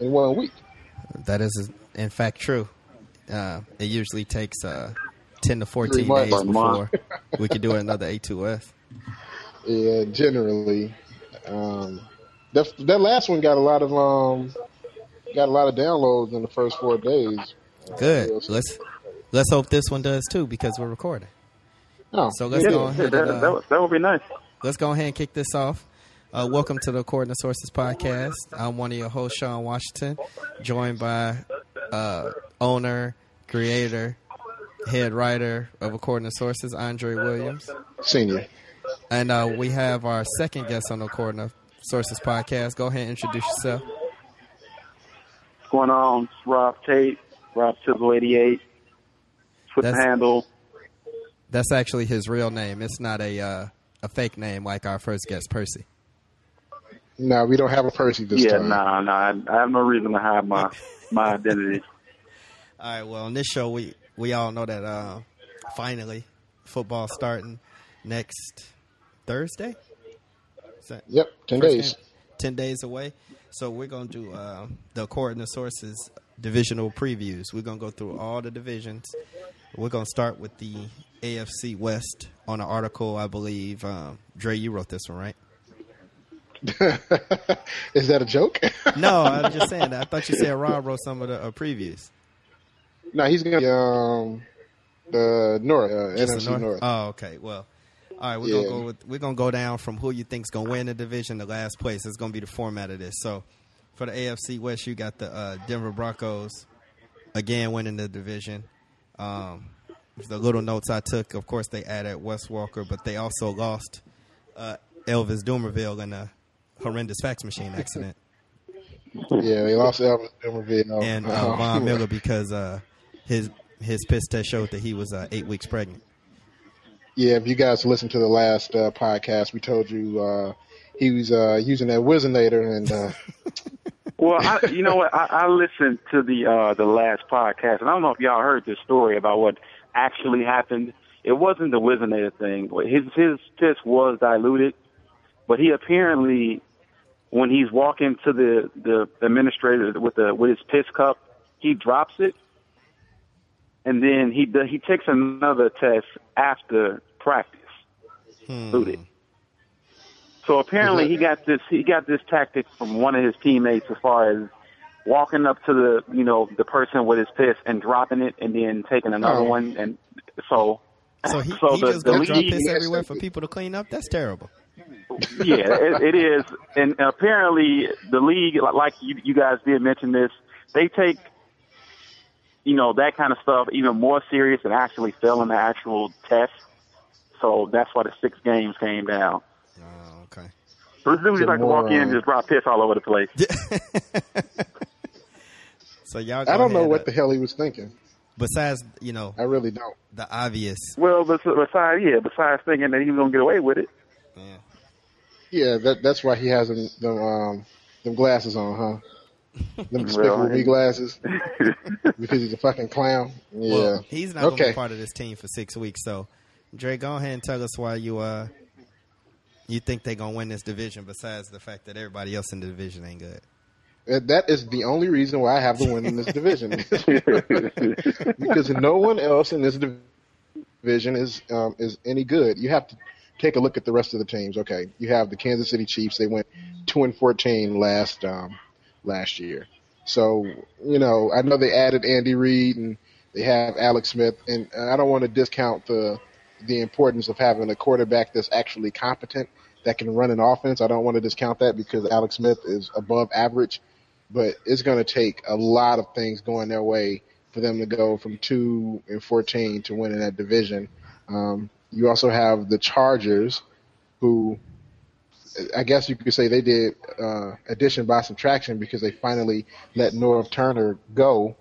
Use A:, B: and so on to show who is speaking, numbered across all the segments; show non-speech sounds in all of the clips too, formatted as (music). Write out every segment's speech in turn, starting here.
A: in one week.
B: That is, in fact, true. Uh, it usually takes uh, 10 to 14
A: Three months,
B: days
A: a
B: before
A: month.
B: we could do another A2S.
A: (laughs) Yeah, generally. Um, that that last one got a lot of um, got a lot of downloads in the first four days.
B: Good. Let's let's hope this one does too because we're recording.
A: Oh,
B: So let's
C: Yeah,
B: go
C: yeah,
B: ahead.
C: that,
B: And, uh,
C: that, would- that would be nice.
B: let's go ahead and kick this off. Uh, welcome to the According to Sources podcast. I'm one of your hosts, Sean Washington, joined by uh, owner, creator, head writer of According to Sources, Andre Williams.
A: senior.
B: And uh, we have our second guest on the According to Sources podcast. Go ahead and introduce yourself.
C: What's going on? It's Rob Tate, Rob Chisel 88. Twitter
B: That's-
C: handle.
B: That's actually his real name. It's not a uh, a fake name like our first guest, Percy.
A: No, we don't have a Percy this
C: Yeah,
A: time.
C: nah, nah. I, I have no reason to hide my my identity.
B: All right. Well, on this show, we we all know that uh, finally football starting next Thursday. Is that
A: Yep, ten
B: first
A: days.
B: game? Ten days away. So we're gonna do uh, the according to sources divisional previews. We're gonna go through all the divisions. We're gonna start with the AFC West on an article I believe um, Dre, you wrote this one, right?
A: (laughs) Is that a joke? (laughs)
B: No, I'm just saying. that. I thought you said Rob wrote some of the uh, previews.
A: no, he's gonna be um the North, uh,
B: Just
A: NFC
B: the
A: North.
B: Oh, okay. Well, all right. We're
A: Yeah.
B: gonna go with we're gonna go down from who you think's gonna win the division to last place. It's gonna be the format of this. So, for the AFC West, you got the uh, Denver Broncos again winning the division. Um, the little notes I took, of course, they added Wes Walker, but they also lost uh, Elvis Doomerville in a horrendous fax machine accident,
A: yeah, they lost Um, Elvis Dumerville.
B: Oh. and uh, Von Miller because uh, his his piss test showed that he was uh, eight weeks pregnant.
A: (laughs) Yeah, if you guys listened to the last uh, podcast, we told you uh, he was uh, using that Wizinator, and uh,
C: Well, I, you know what? I, I listened to the uh, the last podcast, and I don't know if y'all heard this story about what actually happened. It wasn't the Wizinator thing. but His his piss was diluted, but he apparently, when he's walking to the the administrator with the with his piss cup, he drops it, and then he d- he takes another test after practice
B: Hmm.
C: diluted.
B: Mm-hmm.
C: So apparently he got this he got this tactic from one of his teammates as far as walking up to the you know the person with his piss and dropping it and then taking another
A: Oh.
C: one and so
A: (laughs)
B: So he,
C: So
B: he
C: the-
B: just
C: the
B: gonna drop
C: league-
B: piss everywhere for people to clean up. That's terrible.
C: (laughs) yeah it, it is and apparently the league li- like you you guys did mention this they take you know that kind of stuff even more serious and actually failing the actual test so that's why the six games came down.
B: Oh, okay.
C: So this dude just like to walk in and just drop piss all over the place.
B: (laughs) So y'all, go
A: I don't know
B: ahead,
A: what
B: uh,
A: the hell he was thinking.
B: Besides, you know,
A: I really don't.
B: the obvious.
C: Well, bes- besides, yeah, besides thinking that he was gonna get
A: (laughs)
C: away with it. (laughs)
B: Yeah.
A: Yeah, that, that's why he has them them, um, them glasses on, huh?
B: (laughs)
A: Them despicable
C: Really?
A: me glasses because he's a fucking clown. Yeah,
B: Well, he's not gonna
A: okay.
B: be part of this team for six weeks. So, Dre, go ahead and tell us why you uh you think they're gonna win this division. Besides the fact that everybody else in the division ain't good.
A: That- That is the only reason why I have to win in this
B: (laughs)
A: division because no one else in this div- division is um, is any good. You have to take a look at the rest of the teams. Okay, you have the Kansas City Chiefs. They went two and fourteen last um, last year. So you know, I know they added Andy Reid and they have Alex Smith, and I don't want to discount the the importance of having a quarterback that's actually competent that can run an offense. I don't want to discount that because Alex Smith is above average, but it's going to take a lot of things going their way for them to go from two and fourteen to winning that division. Um, you also have the Chargers, who I guess you could say they did uh, addition by subtraction because they finally let Norv Turner go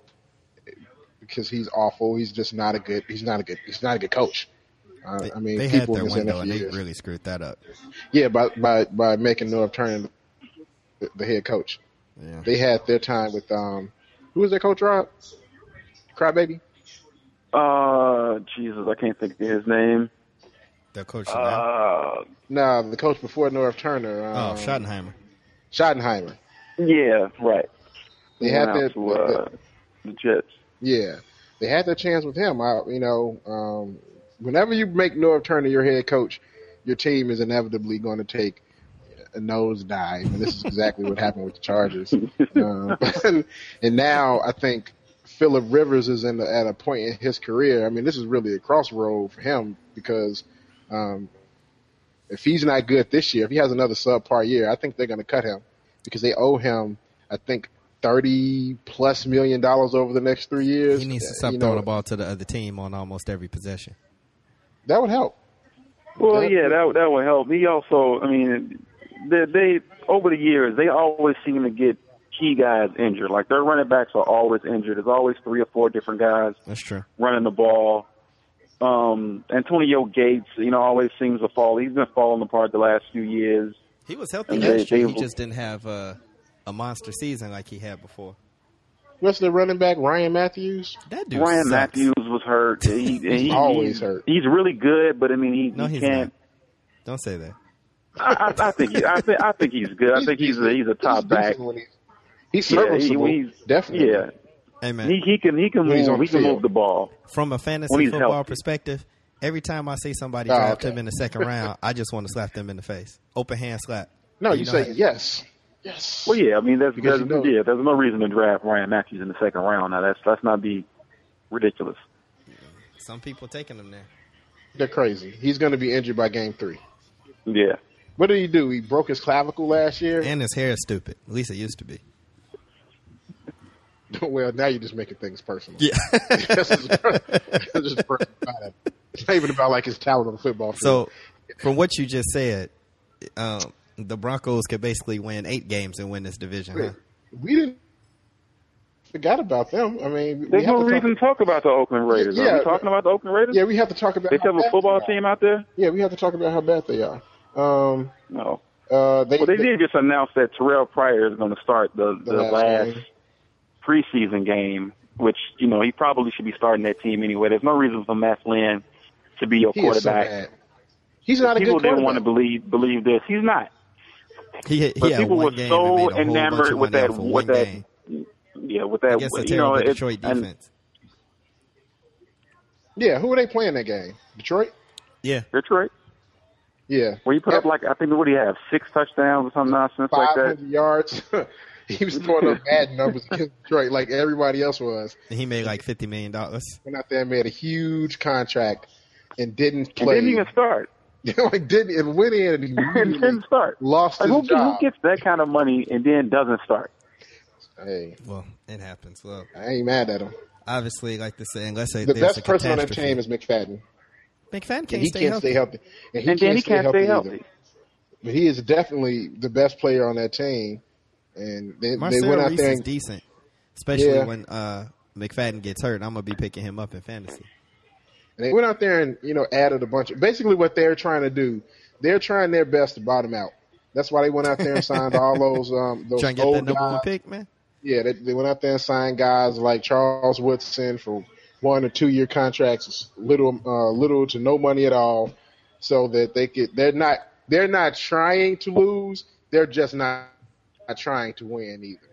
A: because he's awful. He's just not a good. He's not a good. He's not a good coach. Uh,
B: They,
A: I mean,
B: they had
A: people
B: their
A: in this
B: window
A: NFL
B: and they
A: years.
B: really screwed that up.
A: Yeah, by by by making North Turner the, the head coach.
B: Yeah.
A: They had their time with um, who was their coach? Rob, Crybaby.
C: Uh, Jesus, I can't think of his name.
B: Their coach. now.
C: Uh,
A: No, the coach before North Turner.
B: oh,
A: Um,
B: Schottenheimer.
A: Schottenheimer.
C: yeah, right.
A: They
C: went
A: had
C: out
A: that-
C: to, uh, the Jets.
A: Yeah, they had the chance with him. I, you know, um, whenever you make North Turner your head coach, your team is inevitably going to take a nosedive, and this is exactly what happened with the Chargers. Um, and, now I think Philip Rivers is in the, at a point in his career. I mean, this is really a crossroad for him because um, if he's not good this year, if he has another subpar year, I think they're going to cut him because they owe him, I think, thirty plus million dollars over the next three years.
B: He needs to
A: Uh,
B: stop
A: you know,
B: throwing the ball to the other team on almost every possession.
A: That would help.
C: Well,
A: That-
C: yeah, that that would help. He also, I mean, they, they over the years they always seem to get key guys injured. Like their running backs are always injured. There's always three or four different guys
B: That's true.
C: running the ball. Um, Antonio Gates, you know, always seems to fall. He's been falling apart the last few years.
B: He was healthy
C: And they-
B: last year.
C: they-
B: He just didn't have uh, a monster season like he had before.
A: What's the running back Ryan Matthews?
B: That dude
C: Ryan
B: sucks.
C: Matthews was
A: (laughs)
C: hurt. He, he,
A: He's always
C: he's,
A: hurt.
C: He's really good, but I mean, he,
B: No,
C: he
B: he's
C: can't.
B: Don't say that.
C: I, I, I think he, I think I think he's good. I think he's a, he's a top
A: decent
C: back.
A: when he- He's
C: Yeah, he-
A: serviceable,
C: he's-
A: definitely.
C: Yeah,
B: Hey man,
C: he he can he can
A: When he's on
C: move
A: the
C: he can
A: field.
C: move the ball.
B: from a
C: When
B: fantasy
C: he's
B: football
C: healthy.
B: perspective, every time I see somebody
A: Oh,
B: draft
A: okay.
B: him in the
C: (laughs)
B: second round, I just want to slap them in the face. Open hand slap.
A: No,
B: And
A: you,
B: know
A: say
B: how-
A: yes, yes.
C: Well, yeah, I mean that's,
A: Because
C: that's
A: you know-
C: yeah. There's no reason to draft Ryan Matthews in the second round. Now that's that's not be ridiculous.
B: some people taking him there.
A: They're crazy. He's going to be injured by game three.
C: Yeah,
A: What did he do? He broke his clavicle last year.
B: And his hair is stupid. At least it used to be.
A: (laughs) well, now you're just making things personal. (laughs)
B: Yeah. (laughs)
A: That's just- that's just personal. It's not even about like his talent on the football field.
B: So, from what you just said, um, the Broncos could basically win eight games and win this division. Huh?
A: we didn't forgot about them. I mean, we
C: there's
A: have
C: no
A: to
C: reason
A: talk,
C: to talk about the Oakland Raiders. Are
A: Yeah.
C: we talking about the Oakland Raiders?
A: yeah, we have to talk about
C: they
A: how
C: have a
A: bad
C: football
A: they are.
C: team out there.
A: Yeah, we have to talk about how bad they are. Um,
C: No.
A: uh, they,
C: Well, they
A: they-
C: did just announce that Terrell Pryor is going to start the the,
A: last
C: last
A: game.
C: preseason game, which you know he probably should be starting that team anyway. There's no reason for Matt Lynn to be your
A: He is so bad.
C: quarterback.
A: He's not a
C: people
A: good
C: didn't want
A: quarterback.
C: to believe believe this. He's not.
B: He, he
C: But
B: had
C: people
B: one
C: were
B: game
C: so
B: and made a whole
C: enamored
B: bunch of
C: with
B: money
C: that-
B: off of
C: with
B: one
C: that-
B: game
C: Yeah, with that,
B: against a
C: you know,
B: terrible
C: it's-
B: Detroit
C: and-
B: defense.
A: yeah, who are they playing that game? Detroit.
B: yeah,
C: Detroit.
A: Yeah,
C: Where you put up
A: Yep.
C: like I think what do you have six touchdowns or some nonsense like that?
A: 500 yards. (laughs) he was throwing
C: (laughs)
A: up bad numbers against Detroit, like everybody else was.
B: and he made like fifty million dollars.
A: Went out there and made a huge contract and didn't
C: And
A: play.
C: didn't even start.
A: (laughs)
C: (laughs)
A: like didn't and went in and
C: and
A: immediately
C: didn't start.
A: lost
C: Like,
A: his
C: who,
A: job.
C: who gets that kind of money and then doesn't start?
A: hey,
B: Well, it happens. Well,
A: I ain't mad at him.
B: obviously, like to say, unless they,
A: The
B: there's a
A: best person on that
B: catastrophe.
A: team is McFadden.
B: McFadden can't
A: And he
B: stay
A: can't
B: healthy.
A: stay healthy, and he can't
C: and then he
A: stay
C: can't
A: healthy.
C: stay
A: either.
C: healthy.
A: But he is definitely the best player on that team. And they, they went
B: Marcel
A: out
B: Reese
A: there
B: is
A: and
B: decent, especially
A: Yeah.
B: when uh, McFadden gets hurt. I'm gonna be picking him up in fantasy.
A: And they went out there and you know added a bunch. Of, basically, what they're trying to do, they're trying their best to bottom out. That's why they went out there and signed all those um those
B: (laughs) Trying to get
A: old
B: that number
A: guys.
B: one pick, man.
A: Yeah, they, they went out there and signed guys like Charles Woodson for one or two year contracts, little uh, little to no money at all, so that they could. They're not they're not trying to lose. They're just not, not trying to win either.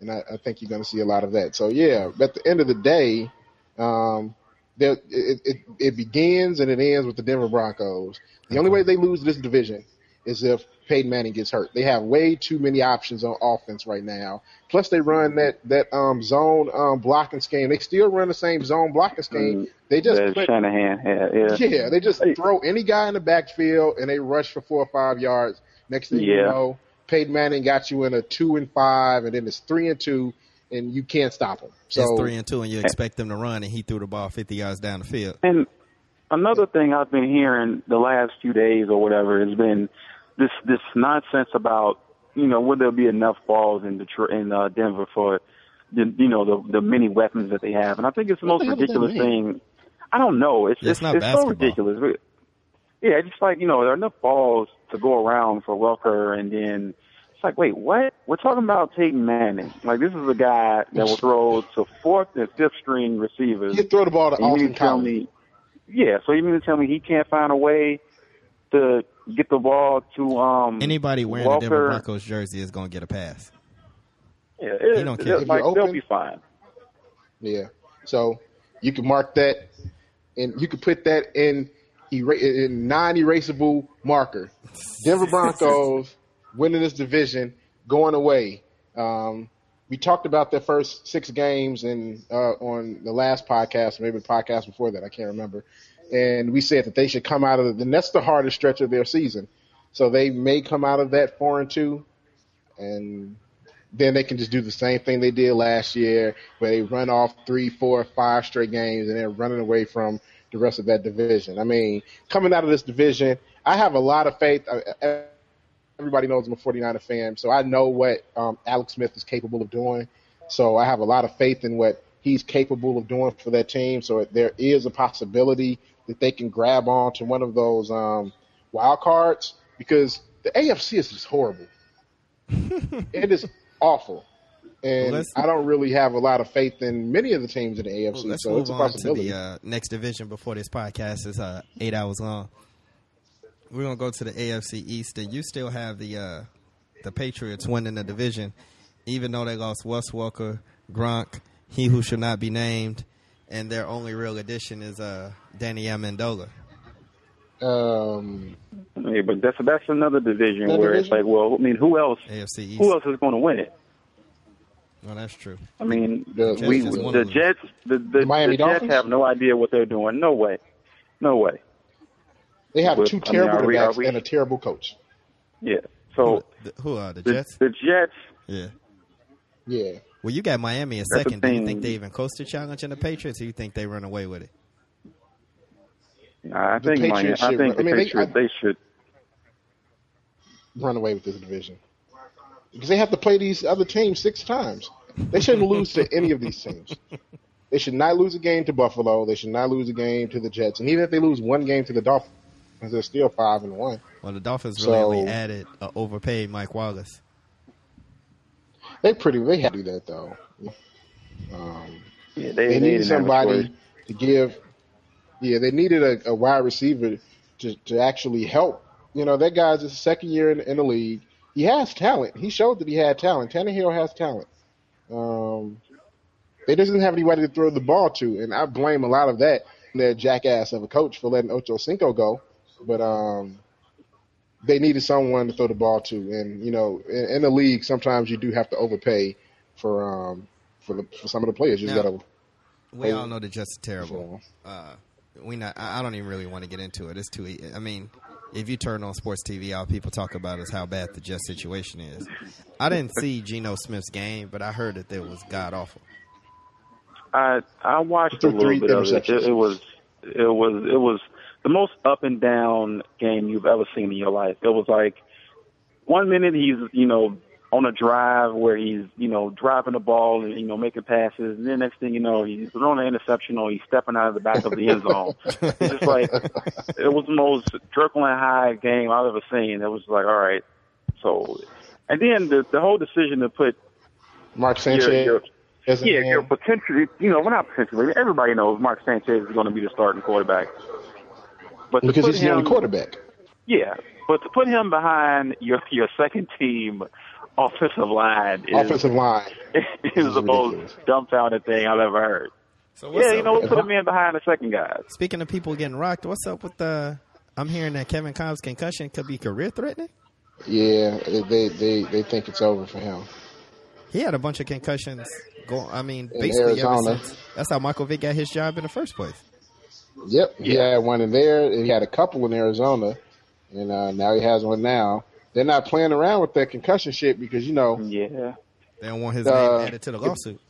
A: And I, I think you're going to see a lot of that. So yeah, but at the end of the day, um, there it, it it begins and it ends with the Denver Broncos. The only way they lose this division is if Peyton Manning gets hurt. They have way too many options on offense right now. Plus, they run that that um, zone um, blocking scheme. They still run the same zone blocking scheme. They just
C: That
A: put,
C: Shanahan had, yeah.
A: (laughs) yeah, they just
C: Hey.
A: throw any guy in the backfield and they rush for four or five yards. Next thing you
C: Yeah.
A: know, Peyton Manning got you in a two and five, and then it's three and two, and you can't stop him. So
B: it's three and two, and you expect them to run, and he threw the ball fifty yards down the field.
C: And another thing I've been hearing the last few days or whatever has been this this nonsense about you know will there be enough balls in Detroit in uh, Denver for the you know the the many weapons that they have, and I think it's the
A: What
C: most
A: the hell does that
C: ridiculous
A: mean?
C: thing. I don't know. It's
B: It's
C: it's,
B: not
C: it's so
B: basketball.
C: ridiculous. But- Yeah, it's just like you know there are enough balls to go around for Welker, and then it's like wait what? We're talking about Peyton Manning. Like this is a guy that will throw to fourth and fifth string receivers.
A: you throw the ball to
C: You mean
A: Austin
C: to tell
A: Collins.
C: me? Yeah, so you mean to tell me he can't find a way to get the ball to um
B: Anybody wearing a
C: Walker?
B: Denver Broncos jersey is gonna get a pass.
C: Yeah, it,
B: He don't
C: it-
B: care.
A: If
C: like,
A: you're
C: they'll
A: open-
C: be fine.
A: Yeah. So you can mark that, and you can put that in, era- in non-erasable marker. Denver Broncos winning this division, going away. Um, we talked about their first six games in uh, on the last podcast, maybe the podcast before that. I can't remember. And we said that they should come out of the. And that's the hardest stretch of their season. So they may come out of that four and two, and then they can just do the same thing they did last year, where they run off three, four, five straight games, and they're running away from the rest of that division. I mean, coming out of this division, I have a lot of faith. I- I- Everybody knows I'm a 49er fan, so I know what um, Alex Smith is capable of doing. So I have a lot of faith in what he's capable of doing for that team. So there is a possibility that they can grab on to one of those um, wild cards because the AFC is just
B: (laughs)
A: horrible. it is awful. And
B: Well, let's-
A: I don't really have a lot of faith in many of the teams in the AFC,
B: Well, let's
A: so
B: move
A: it's a
B: on to
A: possibility.
B: the uh, next division before this podcast is uh, eight hours long. We're gonna go to the AFC East, and you still have the uh, the Patriots winning the division, even though they lost Wes Walker, Gronk, he who should not be named, and their only real addition is uh, Danny Amendola. uh,
A: um,
C: Yeah, but that's that's another division
A: That
C: where it's
A: division?
C: like, well, I mean, who else?
B: AFC East.
C: Who else is going to win it?
B: Well, that's true.
C: I mean,
A: The Jets
C: we
A: is
B: one
C: the
B: of them.
C: Jets the, the,
A: Miami
C: the Jets
A: Dolphins?
C: have no idea what they're doing. No way, no way.
A: they have
C: Well,
A: two
C: I mean,
A: terrible
C: are we- are
A: quarterbacks
C: we-
A: and a terrible coach.
C: Yeah. So
B: Who- who are the
C: the
B: Jets?
C: the Jets
B: Yeah.
A: Yeah.
B: Well, you got Miami in
C: That's the
B: second. Do you
C: thing.
B: think they even coast to challenge in the Patriots? Or you think they run away with it?
C: I
A: The
C: think Miami,
A: Patriots
C: I
A: should
C: think
A: run-
C: the
A: I mean, they-
C: Patriots
A: I-
C: they should
A: run away with this division because they have to play these other teams six times. They shouldn't lose to any of these teams. They should not lose a game to Buffalo. They should not lose a game to the Jets. And even if they lose one game to the Dolphins, they're still five and one.
B: Well, the Dolphins really
A: So-
B: only added uh, overpaid Mike Wallace.
A: They pretty they have to do that though. Um, they
C: yeah, they,
A: need
C: they didn't have a choice.
A: somebody to give. Yeah, they needed a, a wide receiver to to actually help. You know that guy's his second year in, in the league. He has talent. He showed that he had talent. Tannehill has talent. Um, they doesn't have anybody to throw the ball to, and I blame a lot of that on their jackass of a coach for letting Ocho Cinco go. But um, they needed someone to throw the ball to, and you know, in, in the league, sometimes you do have to overpay for um for the, for some of the players. You just
B: Now,
A: got to
B: We
A: Hey.
B: all know the Jets are terrible. Uh, we not. I I don't even really want to get into it. It's too. e- I mean, if you turn on sports TV, all people talk about is how bad the Jets situation is. I didn't see Geno Smith's game, but I heard that it was god awful.
C: I I watched a
A: Threw
C: little
A: three
C: bit of it.
A: interceptions.
C: it. It was it was it was the most up and down game you've ever seen in your life. It was like one minute he's you know on a drive where he's you know driving the ball and you know making passes, and then next thing you know he's throwing an interception or he's stepping out of the back of the end zone. It's
A: (laughs)
C: just like it was the most jerkling high game I've ever seen. It was like all right, so and then the the whole decision to put
A: Mark Sanchez.
C: your, your
A: as a
C: yeah,
A: man.
C: your potentially, you know, well, not potentially. Everybody knows Mark Sanchez is going to be the starting quarterback. But to
A: because
C: put
A: he's
C: him,
A: the only quarterback.
C: Yeah, but to put him behind your your second team offensive line is
A: Offensive line.
C: (laughs) is the
A: ridiculous.
C: most dumbfounded thing I've ever heard.
B: So
C: yeah, you know,
B: with-
C: put him in behind the second guy.
B: speaking of people getting rocked, what's up with the? I'm hearing that Kevin Cobb's concussion could be career threatening.
A: Yeah, they they they think it's over for him.
B: He had a bunch of concussions. Go, I mean,
A: In
B: basically ever
A: Arizona.
B: since. That's how Michael Vick got his job in the first place.
A: Yep, he had one in there. and He had a couple in Arizona, and uh, now he has one now. They're not playing around with that concussion shit because you know
C: Yeah,
B: They don't want his
A: Uh,
B: name added to the lawsuit.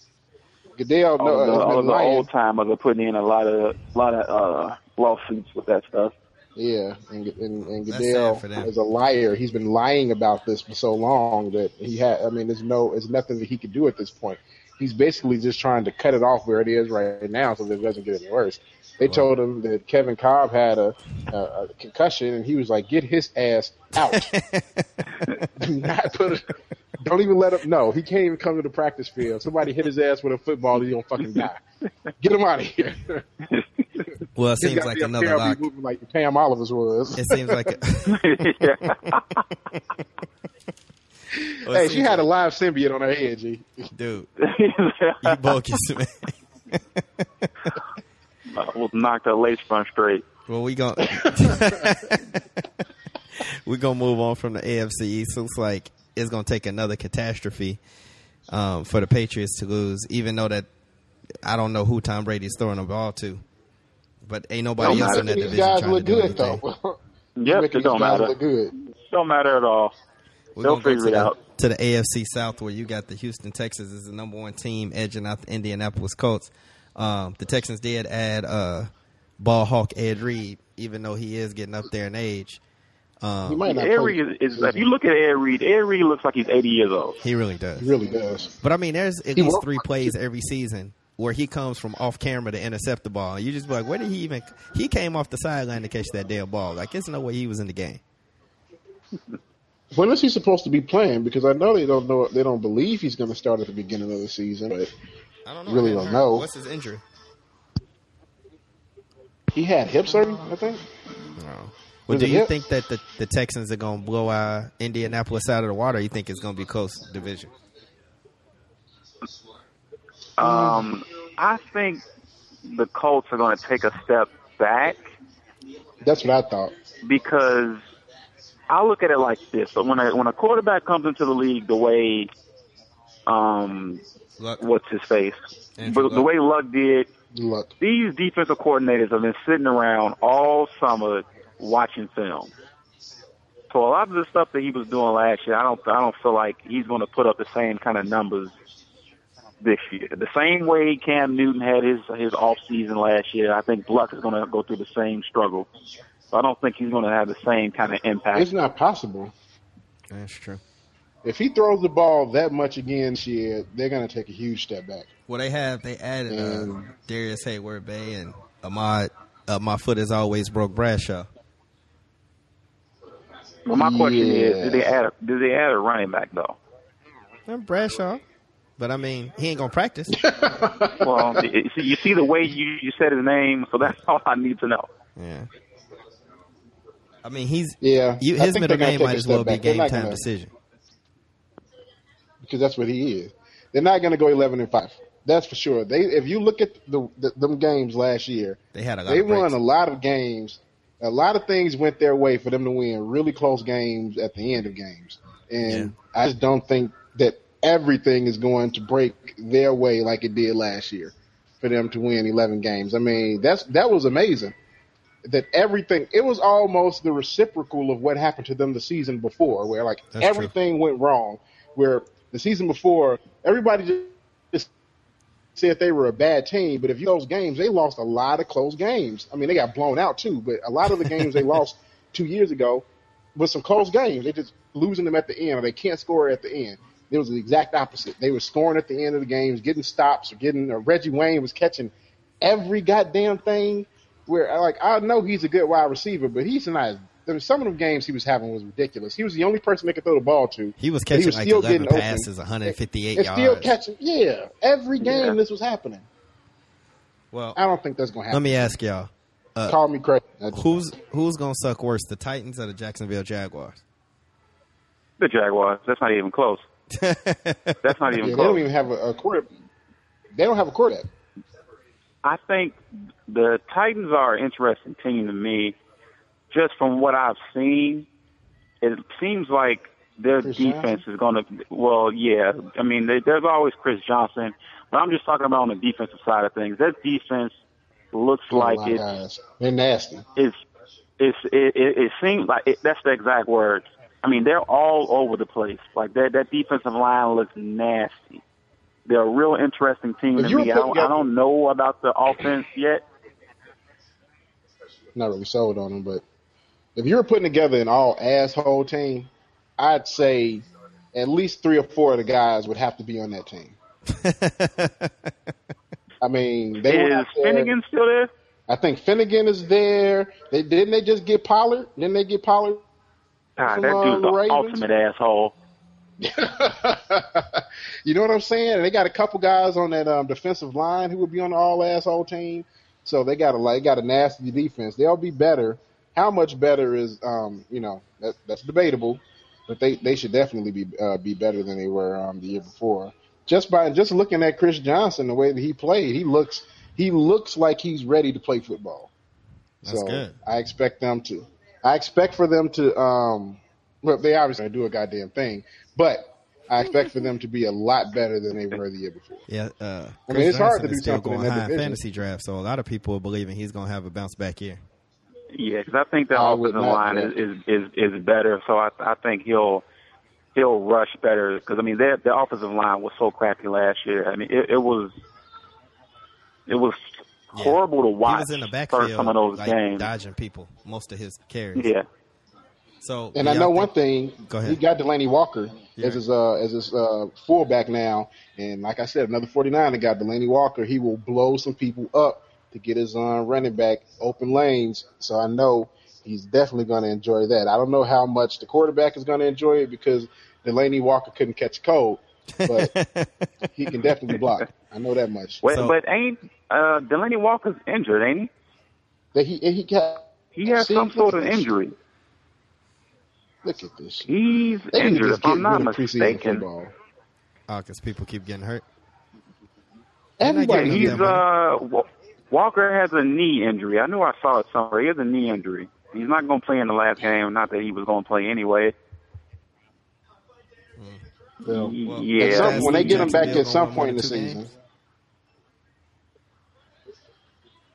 A: Goodell
C: all
A: no, uh,
C: the,
A: has
C: all
A: been
C: the
A: lying.
C: old timers are putting in a lot of lot of uh, lawsuits with that stuff. (laughs)
A: Yeah, and and, and
B: That's
A: Goodell
B: sad for them.
A: is a liar. He's been lying about this for so long that he had. I mean, there's no, there's nothing that he could do at this point. He's basically just trying to cut it off where it is right now, so that it doesn't get any worse. They told him that Kevin Cobb had a, a, a concussion, and he was like, "Get his ass
B: (laughs)
A: out! do not put, it, don't even let him. No, he can't even come to the practice field. Somebody hit his ass with a football, he's gonna fucking die. Get him out of here."
B: Well, it
A: He's
B: seems
A: gotta
B: like
A: be up
B: another
A: there and
B: lock.
A: be moving like (laughs) Pam Oliver's was.
C: (laughs)
B: It seems like
C: yeah.
A: hey, she had a live symbiote on her head, G.
B: dude. You bogus, (laughs) man.
C: I was knocked her lace front straight.
B: well, we going (laughs) we gonna move on from the AFC East. Looks like it's gonna take another catastrophe um, for the Patriots to lose, even though that I don't know who Tom Brady's throwing the ball to, but ain't nobody
A: Don't
B: else
A: matter.
B: in that
A: These
B: division
A: guys
B: trying
A: look
B: to do
A: good,
B: anything.
A: though. (laughs)
C: Yep,
A: Making
C: it
A: these
C: don't
A: guys
C: matter.
A: look good.
C: Don't matter at all.
B: We're
C: They'll
B: gonna go
C: figure
B: to
C: it
B: the-
C: out.
B: To the AFC South, where you got the Houston Texans as the number one team, edging out the Indianapolis Colts. Um, the Texans did add uh, ball hawk Ed Reed, even though he is getting up there in age. Uh,
A: He might not
C: Ed
A: play
C: Reed is, is
A: this
C: if you look at Ed Reed, Ed Reed looks like he's 80 years old.
B: He really does.
A: season. (laughs) really does.
B: But I mean, there's at
A: He
B: least
A: won't-
B: three plays every season where he comes from off camera to intercept the ball. You just be like, where did he even? He came off the sideline to catch that damn ball. Like, there's no way he was in the game.
A: When is he supposed to be playing? Because I know they don't know they don't believe he's going to start at the beginning of the season, but
B: I don't know.
A: Really
B: I
A: don't
B: heard.
A: know.
B: What's his injury?
A: he had hip surgery, I think.
B: No. Well,
A: Is
B: do
A: it
B: you
A: hip?
B: think that the, the Texans are going to blow uh, Indianapolis out of the water? Or you think it's going to be close division?
C: Um, I think the Colts are going to take a step back
A: That's what I thought.
C: because I look at it like this: but when a when a quarterback comes into the league the way, um,
B: Look,
C: what's his face,
B: Andrew
C: but the
B: Luck.
C: way Luck did,
A: Look,
C: these defensive coordinators have been sitting around all summer watching film. So a lot of the stuff that he was doing last year, I don't, I don't feel like he's going to put up the same kind of numbers this year. The same way Cam Newton had his his off season last year, I think Bluck is going to go through the same struggle. So I don't think he's going to have the same kind of impact.
A: it's not possible.
B: That's true.
A: If he throws the ball that much again, shit, they're going to take a huge step back. (laughs)
B: Well, they have they added uh,
A: Um,
B: Darius Hayward Bay and Ahmad. Uh, my foot is always broke Bradshaw.
C: But my question
A: Yeah.
C: is, did they add a, did they add a running back though?
B: And Bradshaw, but I mean he ain't gonna practice.
C: Well, (laughs) you see- you see the way you you said his name, so that's (laughs) all I need to know.
B: yeah. I mean he's
A: Yeah,
B: you,
A: I
B: his
A: think they're
B: middle
A: gonna
B: name
A: take a
B: might as
A: step
B: well be
A: back. They're
B: game
A: not
B: time
A: gonna-
B: decision.
A: because that's what he is. They're not going to go eleven and five. That's for sure. They if you look at the, the them games last year,
B: They had a lot.
A: they
B: of breaks.
A: won a lot of games. A lot of things went their way for them to win really close games at the end of games. And I just don't think that everything is going to break their way like it did last year for them to win 11 games. I mean, that's that was amazing. That everything it was almost the reciprocal of what happened to them the season before where like
B: That's true.
A: everything went wrong where the season before everybody just said they were a bad team, but if you those games, they lost a lot of close games. I mean, they got blown out too, but a lot of the games
B: (laughs)
A: they lost two years ago was some close games. They just losing them at the end, or they can't score at the end. It was the exact opposite. They were scoring at the end of the games, getting stops, or getting. Or Reggie Wayne was catching every goddamn thing. Where like I know he's a good wide receiver, but he's not. I mean, some of the games he was having was ridiculous. He was the only person they could throw the ball to.
B: He was
A: but
B: catching like
A: still
B: 11
A: getting open.
B: passes, 158
A: and
B: yards.
A: still catching. Yeah, every game
C: Yeah.
A: this was happening.
B: well,
A: I don't think that's gonna
B: let
A: happen.
B: me ask y'all.
A: Call me crazy.
B: Who's who's gonna suck worse, the Titans or the Jacksonville Jaguars?
C: The Jaguars. That's not even close.
B: (laughs)
C: That's not
A: Yeah,
C: even
A: they
C: close.
A: don't even have a, a quarter. They don't have a quarterback.
C: I think the Titans are an interesting team to me. Just from what I've seen, it seems like their
A: Chris
C: defense
A: Johnson?
C: is going to. Well, yeah. I mean, they, there's always Chris Johnson, but I'm just talking about on the defensive side of things. Their defense looks like
A: Oh, My
C: it
A: guys. They're nasty.
C: is it's it, it, it seems like it, that's the exact word. I mean, they're all over the place. Like that that defensive line looks nasty. They're a real interesting team
A: If
C: to
A: you were
C: me. I
A: putting
C: don't,
A: up-
C: I don't know about the offense yet.
A: Not really sold on them, but if you were putting together an all asshole team, I'd say at least three or four of the guys would have to be on that team. I mean, they uh, went
C: Is
A: out there-
C: Finnegan still there?
A: I think Finnegan is there. They didn't they just get Pollard? Didn't they get Pollard?
C: God,
A: From,
C: that
A: uh,
C: dude's the
A: the Ravens?
C: ultimate asshole.
A: (laughs) you know what I'm saying? And they got a couple guys on that um, defensive line who would be on the all asshole team. So they got a like got a nasty defense. They'll be better. How much better is um, you know, that, that's debatable. but they, they should definitely be uh, be better than they were um, the year before. Just by just looking at Chris Johnson, the way that he played, he looks he looks like he's ready to play football.
B: That's
A: so
B: good.
A: I expect them to. I expect for them to. Um, well, they obviously do a goddamn thing, but I expect for them to be a lot better than they were the year before.
B: Yeah, uh, Chris
A: mean, it's
B: Johnson
A: hard to
B: is
A: do
B: still
A: something in
B: going
A: that
B: high in
A: division.
B: fantasy draft, so a lot of people are believing he's going to have a bounce back year.
C: Yeah, because I think that
A: I would
C: offensive
A: not,
C: line
A: yeah.
C: is, is is is better. So I I think he'll he'll rush better because I mean their the offensive line was so crappy last year. I mean it, it was it was
B: Yeah.
C: horrible to
B: He
C: watch.
B: was in the
C: for
B: backfield,
C: some of those
B: like
C: games.
B: dodging people most of his carries.
C: Yeah,
B: So,
A: And
B: do
A: I know
B: y'all
A: one
B: think-
A: thing.
B: Go ahead.
A: He got Delaney Walker
B: Yeah.
A: as his uh, as his uh, fullback now, and like I said, another forty nine. They got Delaney Walker. He will blow some people up to get his uh, running back open lanes. So I know he's definitely going to enjoy that. I don't know how much the quarterback is going to enjoy it because Delaney Walker couldn't catch a cold, but
B: (laughs)
A: he can definitely block. I know that much.
C: Wait,
B: So-
C: but ain't uh, Delaney Walker's injured? Ain't
A: That he and he got.
C: he? He has
A: See,
C: some sort of
A: look at this.
C: injury.
A: Look at this.
C: He's
A: They need to
C: injured.
A: just
C: If
A: get
C: I'm not
A: rid of preseason
C: mistaken.
A: football.
B: Oh, because people keep getting hurt. They're not
A: Everybody
B: getting
A: needs
C: He's
B: them that
C: uh Wa- Walker has a knee injury. I knew I saw it somewhere. He has a knee injury. He's not going to play in the last game. Not that he was going to play anyway.
A: them.
C: Y-
B: Well,
A: At
C: yeah,
A: some- when they
B: Jackson
A: get him back
B: Jacksonville
A: at some
B: gonna
A: point
B: win one
A: in
B: or
A: the
B: two
A: season,
B: games?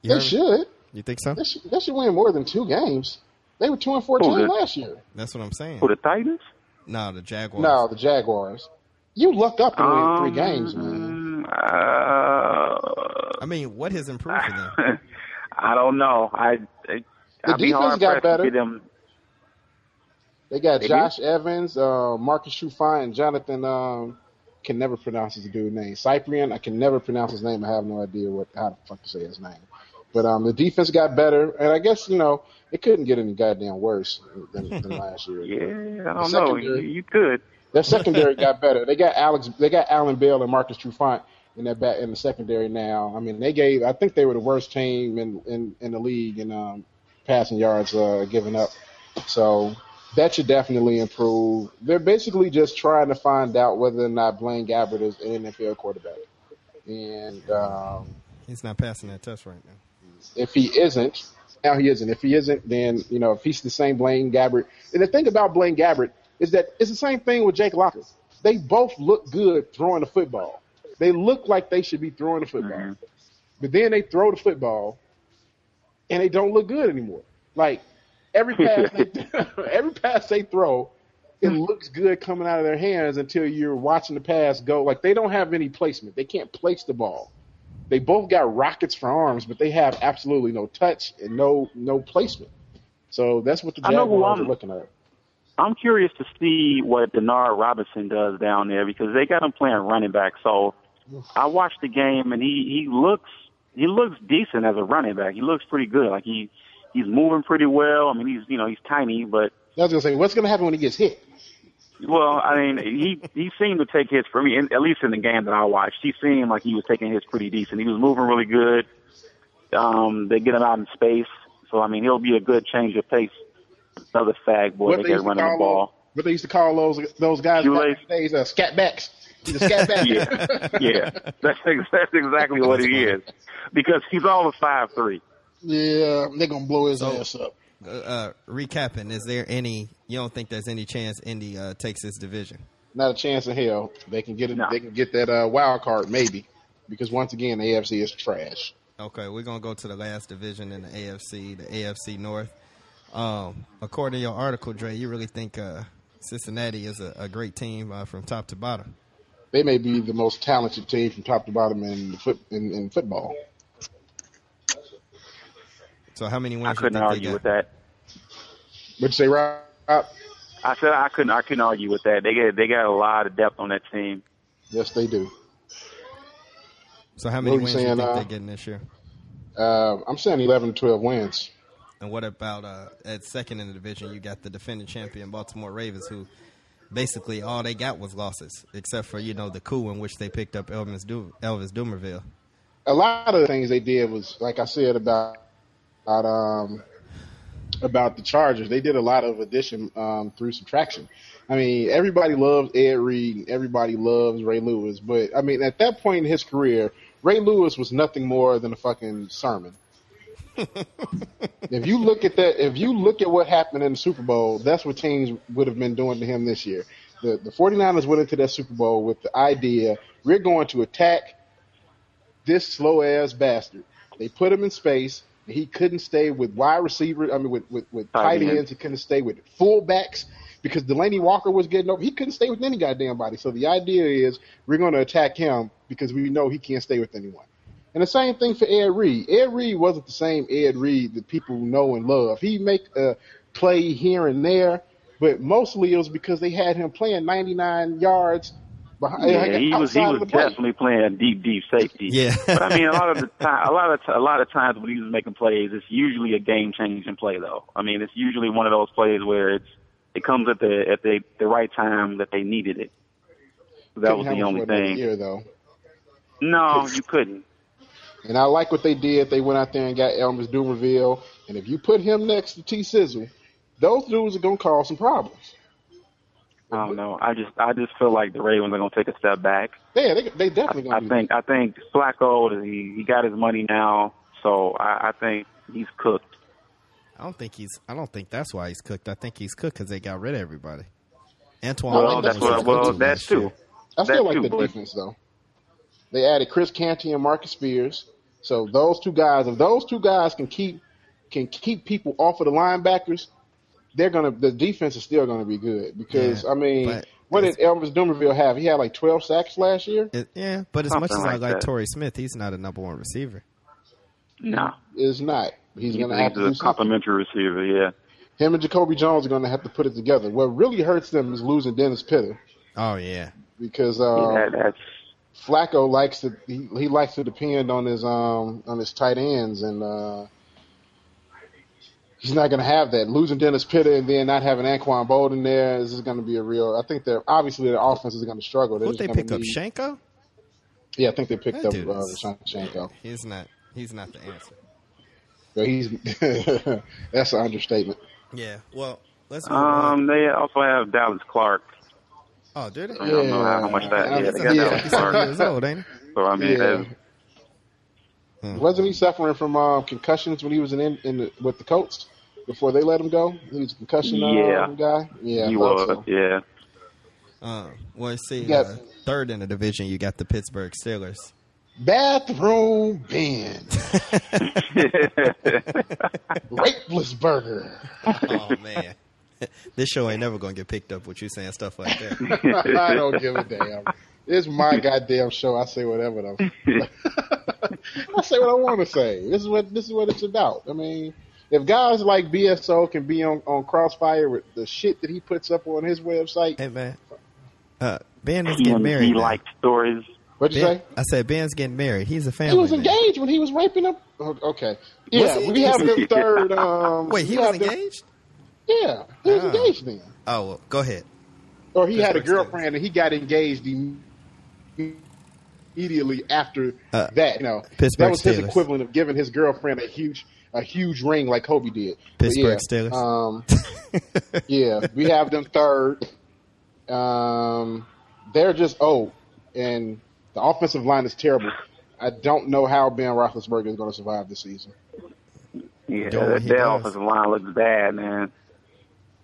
B: You,
A: they
B: heard me?
A: should.
B: You think so?
A: They should, they should win more than two games. They were two and fourteen
C: Who the-
A: last year.
B: That's what I'm saying.
C: for the Titans.
B: No, the Jaguars.
A: No, the Jaguars. You luck up and win three
C: Um,
A: games, man.
C: Uh, (laughs)
B: I mean, what has improved for
C: Ah.
B: them?
C: I don't know. I, I
A: The
C: I'd be
A: defense got
C: hard pressed to
A: better.
C: see them.
A: They got
C: They
A: Josh Evans, uh, Marcus Shufine, and Jonathan. Um, can never pronounce his dude name. Cyprian. I can never pronounce his name. I have no idea what how the fuck to say his name. But um, the defense got better, and I guess you know it couldn't get any goddamn worse than, than last year.
C: Yeah, I
A: The
C: don't know. You,
A: secondary.
C: you could.
A: Their secondary got better. They got Alex. They got Alan Bell and Marcus Trufant in their back in the secondary now. I mean, they gave. I think they were the worst team in in, in the league in um, passing yards uh, given up. So that should definitely improve. They're basically just trying to find out whether or not Blaine Gabbert is an NFL quarterback. And um,
B: He's not passing that test right now.
A: if he isn't, now he isn't. If he isn't, then you know if he's the same Blaine Gabbert. And the thing about Blaine Gabbert is that it's the same thing with Jake Locker. They both look good throwing the football. They look like they should be throwing the football,
C: Mm-hmm.
A: but then they throw the football, and they don't look good anymore. Like every pass,
C: (laughs)
A: they, (laughs) every pass they throw, it
C: Mm-hmm.
A: looks good coming out of their hands until you're watching the pass go. Like they don't have any placement. They can't place the ball they both got rockets for arms, but they have absolutely no touch and no no placement. So that's what the
C: I know who
A: Jaguars are
C: I'm-
A: looking at.
C: I'm curious to see what Denard Robinson does down there because they got him playing running back. So I watched the game and he he looks he looks decent as a running back. He looks pretty good. Like he he's moving pretty well. I mean he's you know he's tiny, but
A: I was gonna say, what's gonna happen when he gets hit?
C: well I mean he he seemed to take hits for me in, at least in the game that I watched. He seemed like he was taking hits pretty decent. He was moving really good. Um, they get him out in space. So I mean he'll be a good change of pace. Another fag boy
A: What
C: that
A: they
C: get
A: used to
C: running the
A: call
C: ball.
A: those- What they used to call those those guys
C: You
A: back in
C: like-
A: the days, uh, scat backs. The scat back.
C: yeah, yeah. That's ex- that's exactly what he is because he's all of five three.
A: (laughs) yeah, they're gonna blow his
B: So-
A: ass up.
B: Uh, uh, recapping, is there any? You don't think there's any chance Indy uh, takes this division?
A: Not a chance in hell. They can get it.
C: No.
A: They can get that uh, wild card maybe, because once again, the AFC is trash.
B: Okay, we're gonna go to the last division in the AFC, the AFC North. Um, according to your article, Dre, you really think uh, Cincinnati is a, a great team uh, from top to bottom?
A: They may be the most talented team from top to bottom in the foot in, in football.
B: So how many wins?
C: I couldn't
B: you think
C: argue
B: they
C: with
B: got?
C: that.
A: Would you say, Rob?
C: I said I couldn't I couldn't argue with that. They got they got a lot of depth on that team.
A: Yes, they do.
B: So how many
A: What are
B: wins
A: you
B: do you
A: saying,
B: think
A: uh,
B: they're getting this year?
A: Uh, I'm saying 11 to 12 wins.
B: And what about uh, at second in the division? You got the defending champion Baltimore Ravens, who basically all they got was losses, except for you know the coup in which they picked up Elvis, du- Elvis Dumerville.
A: A lot of the things they did was, like I said about about um about the Chargers, they did a lot of addition um, through subtraction. I mean, everybody loves Ed Reed. and Everybody loves Ray Lewis. But I mean, at that point in his career, Ray Lewis was nothing more than a fucking sermon. if you look at that, if you look at what happened in the Super Bowl, that's what teams would have been doing to him this year. The the 49ers went into that Super Bowl with the idea we're going to attack this slow ass bastard. They put him in space. and He couldn't stay with wide receivers. I mean, with with, with
C: Tight
A: tight
C: end.
A: ends. He couldn't stay with fullbacks because Delaney Walker was getting over. He couldn't stay with any goddamn body. So the idea is we're going to attack him because we know he can't stay with anyone. And the same thing for Ed Reed. Ed Reed wasn't the same Ed Reed that people know and love. He make a play here and there, but mostly it was because they had him playing 99 yards behind.
C: Yeah, he was he
A: outside of
C: was
A: the play.
C: definitely playing deep deep safety.
B: Yeah.
C: but I mean a lot of the time, a lot of ti- a lot of times when he was making plays, it's usually a game changing play though. I mean, it's usually one of those plays where it's it comes at the at the the right time that they needed it. So that
A: Couldn't
C: was
A: have
C: the
A: him
C: only
A: for another
C: thing.
A: year, though.
C: No, you couldn't.
A: And I like what they did. They went out there and got Elvis Dumerville. And if you put him next to T Sizzle, those dudes are gonna cause some problems.
C: I don't know. I just I just feel like the Ravens are gonna take a step back.
A: Yeah, they they definitely gonna
C: I
A: do
C: think I think Flacco he he got his money now, so I, I think he's cooked.
B: I don't think he's. I don't think that's why he's cooked. I think he's cooked because they got rid of everybody. Antoine.
A: Well,
B: Wingo
C: Well,
A: think
C: that's
B: was
C: what.
B: his
C: Well,
B: go-to
C: that's
B: last year.
C: true.
A: I still
C: That
A: like
C: too,
A: the
C: but-
A: defense though. They added Chris Canty and Marcus Spears. So those two guys, if those two guys can keep can keep people off of the linebackers, they're gonna the defense is still gonna be good. Because
B: Yeah,
A: I mean,
B: but
A: what did Elvis Dumerville have? He had like twelve sacks last year.
B: It- yeah, but as much as
C: Something
B: I
C: like
B: like
C: that.
B: Torrey Smith, he's not a number one receiver.
C: No,
A: Is not. He's
C: he's,
A: gonna have to do
C: a
A: something.
C: complimentary receiver. Yeah,
A: Him and Jacoby Jones are gonna have to put it together. What really hurts them is losing Dennis Pitter
B: Oh yeah,
A: because uh,
C: yeah that's
A: Flacco likes to he, he likes to depend on his um on his tight ends and uh he's not going to have that. Losing Dennis Pitta and then not having Anquan Bolden there is going to be a real. I think they're obviously their offense is going to struggle. They're
B: what they
A: just gonna
B: pick up
A: need-
B: Shanko?
A: Yeah, I think they picked
B: That
A: up uh,
B: dude is-
A: Rashawn Shanko.
B: He's not. He's not the answer.
A: But he's (laughs) that's an understatement.
B: Yeah. Well, let's move on.
C: um. They also have Dallas Clark.
B: Oh, did it?
C: I don't know how much that. Yeah, they got
A: Yeah.
C: Dallas Clark.
B: years old, ain't he?
C: So I mean,
A: Yeah.
C: that's-
B: Uh,
A: Wasn't he suffering from um, concussions when he was in, in the, with the Colts before they let him go? He was a concussion um,
C: Yeah.
A: guy. Yeah, I
C: he
A: thought
C: was.
A: so.
C: Yeah. (laughs)
B: Uh, well, you see,
A: got-
B: uh, third in the division, you got the Pittsburgh
A: (laughs)
B: Steelers.
A: Bathroom band. Rapeless burger. (laughs)
B: Oh man, (laughs) this show ain't never gonna get picked up with you saying stuff like
A: (laughs)
B: that.
A: (laughs) I don't give a damn. It's my goddamn show. I say whatever though. (laughs) I say what I want to say. This is what this is what it's about. I mean, if guys like BSO can be on, on Crossfire with the shit that he puts up on his website,
B: hey man, uh, Ben is
C: He,
B: getting
C: he
B: married. now.
C: liked stories.
A: what'd you
B: Ben,
A: say?
B: I said Ben's getting married. He's a family.
A: He was
B: man.
A: engaged when he was raping him. Oh, Okay, yeah,
B: he
A: we
B: (laughs)
A: have
B: engaged?
A: them third. Um,
B: Wait, he
A: we
B: was
A: have them-
B: engaged?
A: yeah, he was
B: Ah.
A: engaged then.
B: Oh, well, go ahead. (laughs)
A: or he
B: That's
A: had a
B: what it says.
A: girlfriend and he got engaged im- immediately after
B: Uh,
A: that. You know,
B: Pittsburgh
A: that was his
B: Steelers.
A: equivalent of giving his girlfriend a huge a huge ring like Kobe did. But
B: Pittsburgh
A: yeah,
B: Steelers.
A: Um, yeah, we have them third. Um, they're just old, and the offensive line is terrible. I don't know how Ben Roethlisberger is going to survive this season.
C: Yeah,
B: Doing what
C: that
B: he
C: their
B: does.
C: offensive line looks bad, man.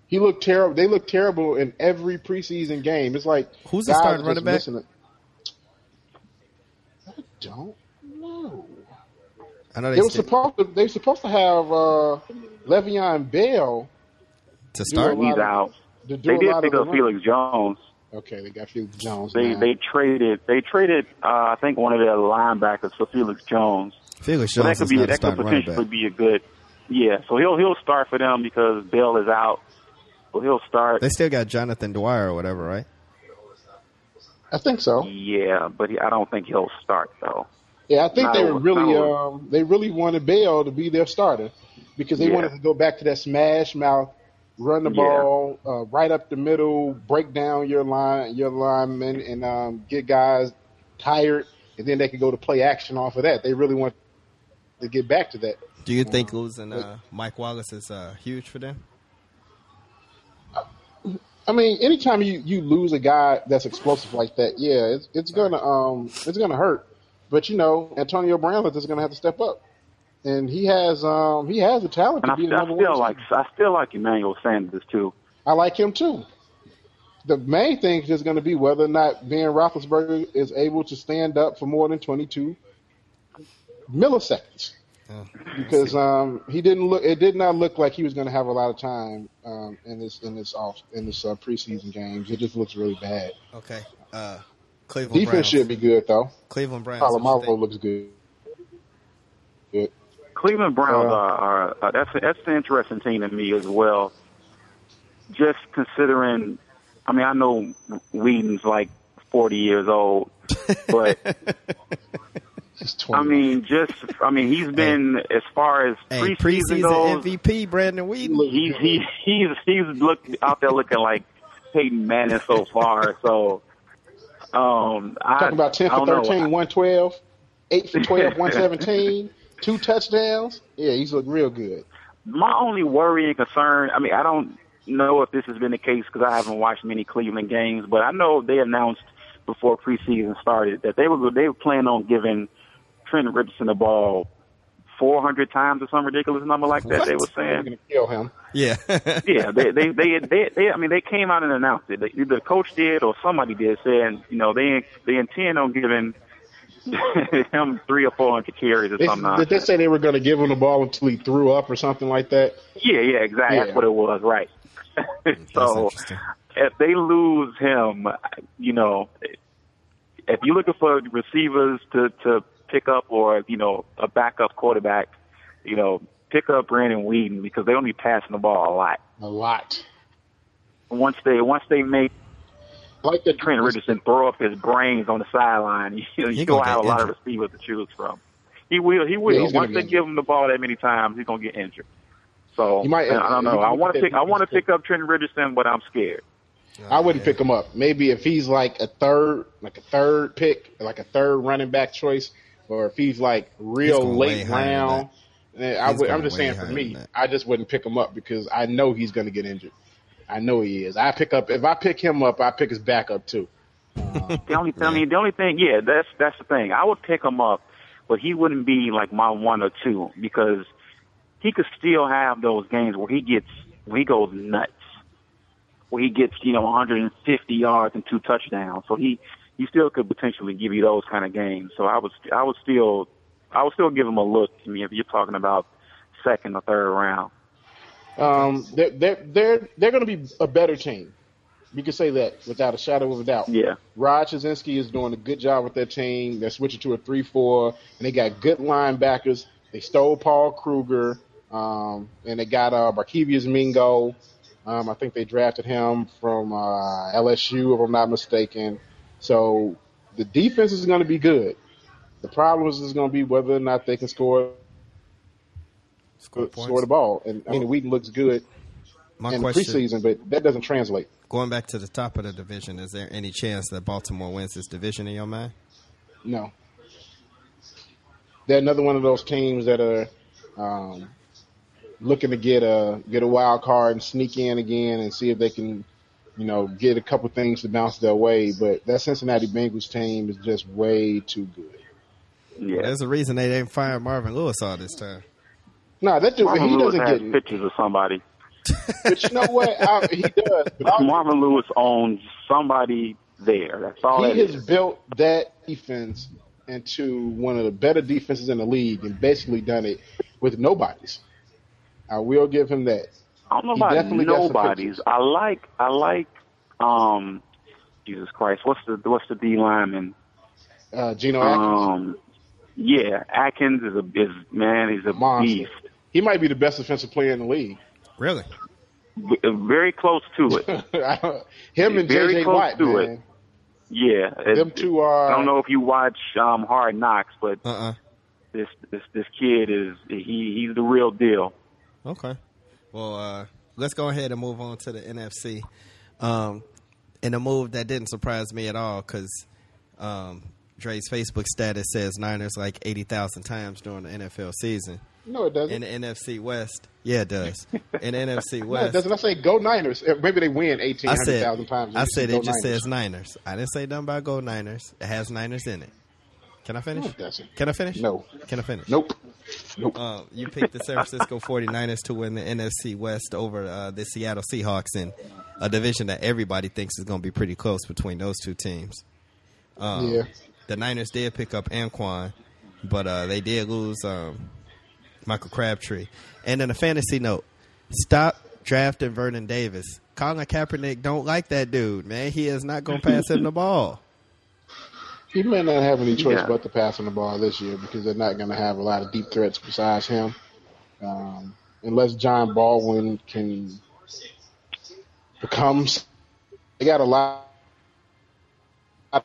A: He looked terrible. They looked terrible in every preseason game. It's like
B: Who's the
A: guys
B: starting
A: are
B: running
A: just
B: back?
A: missing it. I don't know.
B: I know
A: They
B: they
A: were
B: said
A: supposed to. They were supposed to have uh, Le'Veon Bell
B: to
A: do a
B: start.
A: lot
C: He's
A: of-
C: out.
A: to do
C: They
A: a
C: did
A: lot
C: pick
A: of
C: up
A: the run-
C: Felix Jones.
A: Okay, they got Felix Jones.
C: They
A: now.
C: they traded they traded uh, I think one of their linebackers for Felix Jones.
B: Felix
C: So
B: Jones
C: that could
B: is
C: be
B: not a
C: that could
B: starting running
C: potentially
B: back.
C: be a good yeah. So he'll he'll start for them because Bell is out. So he'll start.
B: They still got Jonathan Dwyer or whatever, right?
A: I think so.
C: Yeah, but he, I don't think he'll start though.
A: Yeah, I think
C: Not
A: they
C: over-
A: were really
C: not over.
A: um, they really wanted Bell to be their starter because they
C: Yeah.
A: wanted to go back to that smash mouth, run the
C: Yeah.
A: ball uh, right up the middle, break down your line your linemen, and um, get guys tired, and then they could go to play action off of that. They really want to get back to that.
B: Do you think losing uh, Mike Wallace is uh, huge for them?
A: I mean, anytime you, you lose a guy that's explosive like that, yeah, it's it's gonna um it's gonna hurt. But you know, Antonio Brown is gonna have to step up, and he has um he has the talent
C: And
A: to
C: I,
A: be the
C: I
A: number one.
C: still like I still like Emmanuel Sanders too.
A: I like him too. The main thing is just going to be whether or not Ben Roethlisberger is able to stand up for more than 22 milliseconds,
B: Yeah.
A: because um, he didn't look. It did not look like he was going to have a lot of time um, in this in this off in this uh, preseason games. It just looks really bad.
B: Okay. Uh, Cleveland
A: Defense
B: Browns.
A: should be good though.
B: Cleveland Browns. what you
A: Palomalo
B: think?
A: looks good.
C: Cleveland Browns
A: Uh,
C: are, are uh, that's that's an interesting team to me as well. Just considering, I mean, I know Whedon's like forty
B: (laughs)
C: years old, but
A: He's
C: I
A: 20.
C: mean, just I mean, he's been as far as
B: Hey,
C: preseason goes.
B: preseason MVP Brandon Whedon.
C: He's he's he's he's looked out there looking like Peyton Manning so far. So, um, I,
A: talking about 10
C: I
A: for
C: don't know.
A: 13, 112, 8 for 12,
C: (laughs)
A: 117, two touchdowns. Yeah, he's looked real good.
C: my only worry and concern, I mean, I don't know if this has been the case because I haven't watched many Cleveland games, but I know they announced before preseason started that they were they were planning on giving Trent Richardson the ball 400 times or some ridiculous number like that. They were
B: What?
A: They're
C: saying,
A: going to kill him.
B: (laughs) Yeah.
C: yeah, they, they, they, they, they, I mean, they came out and announced it. They, either the coach did or somebody did, saying, you know, they they intend on giving (laughs) him three or four hundred carries or
A: They,
C: something.
A: did
C: nonsense.
A: they say they were going to give him the ball until he threw up or something like that?
C: Yeah, yeah, exactly.
A: Yeah.
C: That's what it was, right? (laughs) so
B: interesting.
C: if they lose him, you know, if you're looking for receivers to to pick up or you know a backup quarterback, you know, pick up Brandon Whedon because they're gonna be passing the ball a lot.
A: A lot.
C: Once they once they make
A: Like the
C: Trent Richardson throw up his brains on the sideline, (laughs) you know,
B: He
C: you
B: gonna
C: gonna have a
B: get
C: lot of
B: injured.
C: receivers to choose from. He will, he will.
A: Yeah, he's gonna
C: Once
A: get
C: they
A: injured.
C: give him the ball that many times, he's gonna get injured. So
A: He might-
C: I don't know.
A: he might
C: I want to
A: get
C: pick. I want to
A: injured.
C: pick up Trent Richardson, but I'm scared.
A: I wouldn't
B: Yeah.
A: pick him up. Maybe if he's like a third, like a third pick, like a third running back choice, or if he's like
B: He's
A: real
B: going way
A: late
B: higher than
A: round. then I
B: He's
A: would, I'm
B: going
A: just
B: way
A: saying for
B: higher
A: me,
B: than that.
A: I just wouldn't pick him up because I know he's going to get injured. I know he is. I pick up if I pick him up, I pick his backup too.
C: The only, I mean, the only thing, yeah, that's that's the thing. I would pick him up, but he wouldn't be like my one or two because he could still have those games where he gets where he goes nuts, where he gets you know 150 yards and two touchdowns. So he he still could potentially give you those kind of games. So I was I would still I would still give him a look. I mean, if you're talking about second or third round,
A: Um, they're they're they're, they're going to be a better team. You can say that without a shadow of a doubt.
C: yeah.
A: Rod Chazinski is doing a good job with their team. They're switching to a three-four, and they got good linebackers. They stole Paul Kruger, um, and they got uh, Barkevius Mingo. Um, I think they drafted him from uh, LSU, if I'm not mistaken. So the defense is going to be good. The problem is going to be whether or not they can score
B: Score
A: score
B: points.
A: the ball. And I mean, Wheaton looks good
B: My
A: in the
B: question.
A: preseason, but that doesn't translate.
B: Going back to the top of the division, is there any chance that Baltimore wins this division in your mind?
A: No. They're another one of those teams that are um, looking to get a get a wild card and sneak in again and see if they can, you know, get a couple things to bounce their way. But that Cincinnati Bengals team is just way too good.
C: Yeah,
B: There's a reason they didn't fire Marvin Lewis all this time.
A: No, that dude
C: Marvin
A: he
C: Lewis
A: doesn't
C: has
A: get it.
C: pictures of somebody.
A: But you know what? I, (laughs) he does. But I-
C: Marvin Lewis owns somebody there. That's all that
A: he has
C: is.
A: built that defense into one of the better defenses in the league and basically done it with nobodies. I will give him that.
C: I don't know
A: he
C: about
A: definitely got some
C: nobody's.
A: pictures.
C: I like I like um Jesus Christ. What's the what's the D lineman?
A: Uh, Geno Atkins.
C: Um yeah, Atkins is a is man, he's a
A: Monster.
C: beast.
A: He might be the best defensive player in the league. (laughs)
B: Really?
C: V- uh, Very close to it.
A: I don't- Him and
C: Very
A: JJ
C: close
A: Watt,
C: to it.
A: man.
C: Yeah. It-
A: Them two are.
C: I don't know if you watch um Hard Knocks, but
B: Uh uh
C: this this this kid is he he's the real deal.
B: Okay. Well, uh, let's go ahead and move on to the NFC. Um, and a move that didn't surprise me at all because um, Dre's Facebook status says Niners like 80,000 times during the NFL season.
A: No, it doesn't.
B: in the NFC West. Yeah, it does. In the
A: (laughs)
B: NFC
A: No, it
B: West,
A: doesn't. I say go Niners. Eh, Maybe they win eighteen
B: I
A: hundred
B: said,
A: thousand times.
B: I said
A: Go
B: it just
A: Niners.
B: says Niners. I didn't say nothing about go Niners. It has Niners in it. Can I
A: No,
B: finish?
A: it doesn't.
B: Can I finish?
A: No.
B: Can I finish?
A: Nope. Nope.
B: Uh, you picked the San Francisco 49ers to win the NFC West over uh, the Seattle Seahawks in a division that everybody thinks is going to be pretty close between those two teams. Um,
A: yeah.
B: The Niners did pick up Anquan, but uh, they did lose um, Michael Crabtree. And then a fantasy note: stop drafting Vernon Davis. Colin Kaepernick don't like that dude, man. He is not going to pass him the ball.
A: He may not have any choice
C: Yeah.
A: but to pass on the ball this year because they're not going to have a lot of deep threats besides him, um, unless John Baldwin can becomes. They got a lot
B: You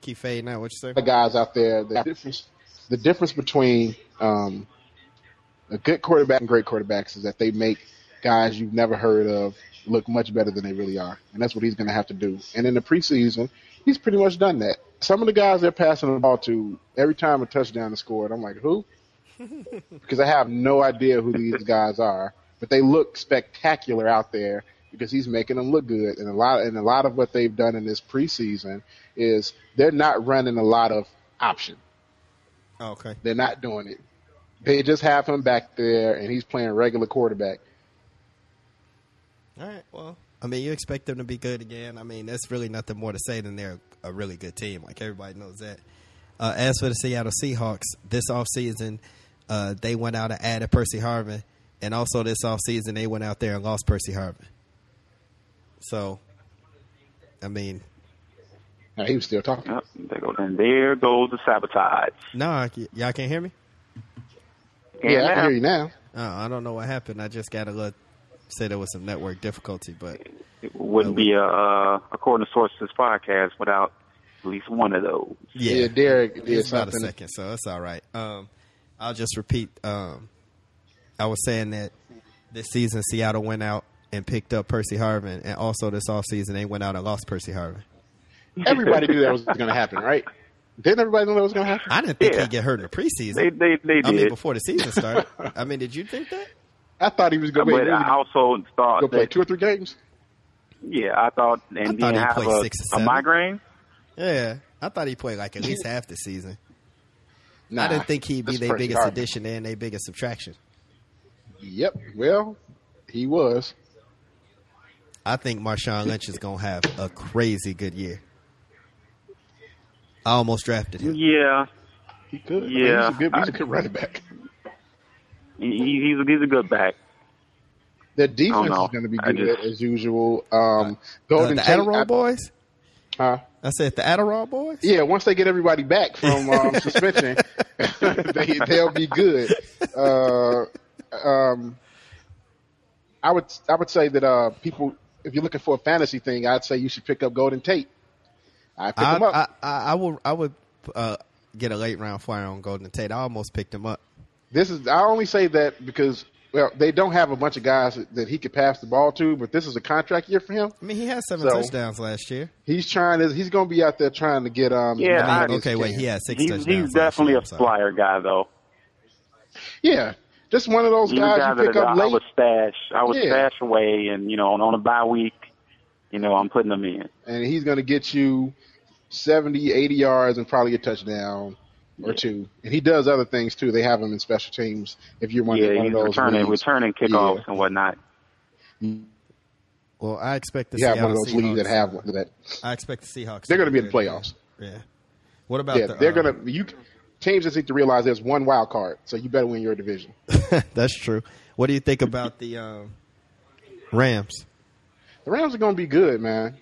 B: keep fading out. What you say?
A: of guys out there. The difference, the difference between um, a good quarterback and great quarterbacks is that they make guys you've never heard of look much better than they really are, and that's what he's going to have to do. And in the preseason, he's pretty much done that. Some of the guys they're passing the ball to every time a touchdown is scored, I'm like, who? because I have no idea who
C: (laughs)
A: these guys are, but they look spectacular out there because he's making them look good. And a lot and a lot of what they've done in this preseason is they're not running a lot of option.
B: Oh, okay.
A: They're not doing it. They just have him back there and he's playing regular quarterback.
B: All right. Well, I mean, you expect them to be good again. I mean, that's really nothing more to say than they're a really good team. Like everybody knows that. Uh, as for the Seattle Seahawks, this offseason, uh, they went out and added Percy Harvin, and also this offseason they went out there and lost Percy Harvin. So, I mean,
A: Now he was still talking.
C: Yep, there go, and there goes the sabotage.
B: no, nah, y- y'all can't hear me.
C: And
A: yeah, I can
C: now-
A: hear you now.
B: Uh, I don't know what happened. I just got a look. Said there was some network difficulty, but
C: It wouldn't be a, uh, according to sources podcast without at least one of those.
A: Yeah,
B: yeah,
A: Derek did
B: it's about a
A: something.
B: second, so it's all right. Um, I'll just repeat. Um, I was saying that this season Seattle went out and picked up Percy Harvin, and also this offseason they went out and lost Percy Harvin.
A: Everybody knew that was going to happen, right? Didn't everybody know that was going to happen?
B: I didn't think
C: Yeah.
B: he'd get hurt in the preseason.
C: They they they
B: I mean,
C: did,
B: before the season started. I mean, did you think that?
A: I thought he was going
C: but I
A: to
C: also thought
A: go play
C: that
A: two or three games.
C: yeah, I thought and
B: I thought
C: then
B: he'd
C: have
B: play
C: a,
B: six or
C: a
B: seven.
C: migraine.
B: Yeah, I thought he played like at least half the season. I
A: Nah,
B: didn't think he'd be
A: that's
B: their
A: Percy
B: biggest
A: Harvin.
B: addition and their biggest subtraction.
A: Yep. Well, he was.
B: I think Marshawn Lynch is gonna have a crazy good year. I almost drafted him.
C: Yeah,
A: He could. I mean,
C: Yeah.
A: he's a good, he's a good running
C: (laughs)
A: back.
C: he, he's he's a good back.
A: Their defense
C: know.
A: is going to be
C: I
A: good
C: just-
A: as usual. Um,
B: Uh,
A: Golden
B: the
A: Tate,
B: Adderall
A: I-
B: boys.
A: huh?
B: I said the Adderall boys.
A: yeah. Once they get everybody back from
C: (laughs)
A: um, suspension, (laughs) they, they'll be good. Uh, um, I would I would say that uh, people, if you're looking for a fantasy thing, I'd say you should pick up Golden Tate. I pick
B: I,
A: him up.
B: I, I, I would I would uh, get a late round flyer on Golden Tate. I almost picked him up.
A: This is I only say that because well they don't have a bunch of guys that, that he could pass the ball to, but this is a contract year for him.
B: I mean, he had seven
A: So-
B: touchdowns last year.
A: He's trying to he's going to be out there trying to get um
C: Yeah,
A: the
C: I-
A: money
B: okay,
A: he
B: wait,
A: can.
B: he had six
C: He's
B: touchdowns.
C: he's
B: last
C: definitely
B: year.
C: a
B: I'm sorry.
C: flyer guy though.
A: yeah, just one of those
C: He's a guy
A: guys you
C: that
A: pick up
C: I, I
A: late.
C: would stash. I would
A: Yeah.
C: stash away, and you know, on, on a bye week, you know, I'm putting them in.
A: and he's going to get you 70, 80 yards and probably a touchdown or two. And he does other things too. They have him in special teams if you're one, of-
C: Yeah,
A: one of
C: he's
A: those.
C: returning
A: leagues.
C: returning kickoffs
A: Yeah.
C: and whatnot.
B: Well, I expect the
A: You have
B: Seattle
A: one of those leagues
B: Seahawks.
A: that have one that.
B: I expect the Seahawks.
A: They're
B: to
A: going to be in the
B: good.
A: playoffs.
B: Yeah. What about
A: yeah,
B: the,
A: they're
B: uh,
A: gonna. You teams just need to realize there's one wild card, so you better win your division.
B: uh, (laughs) That's true. What do you think about the um, Rams?
A: The Rams are gonna be good, man.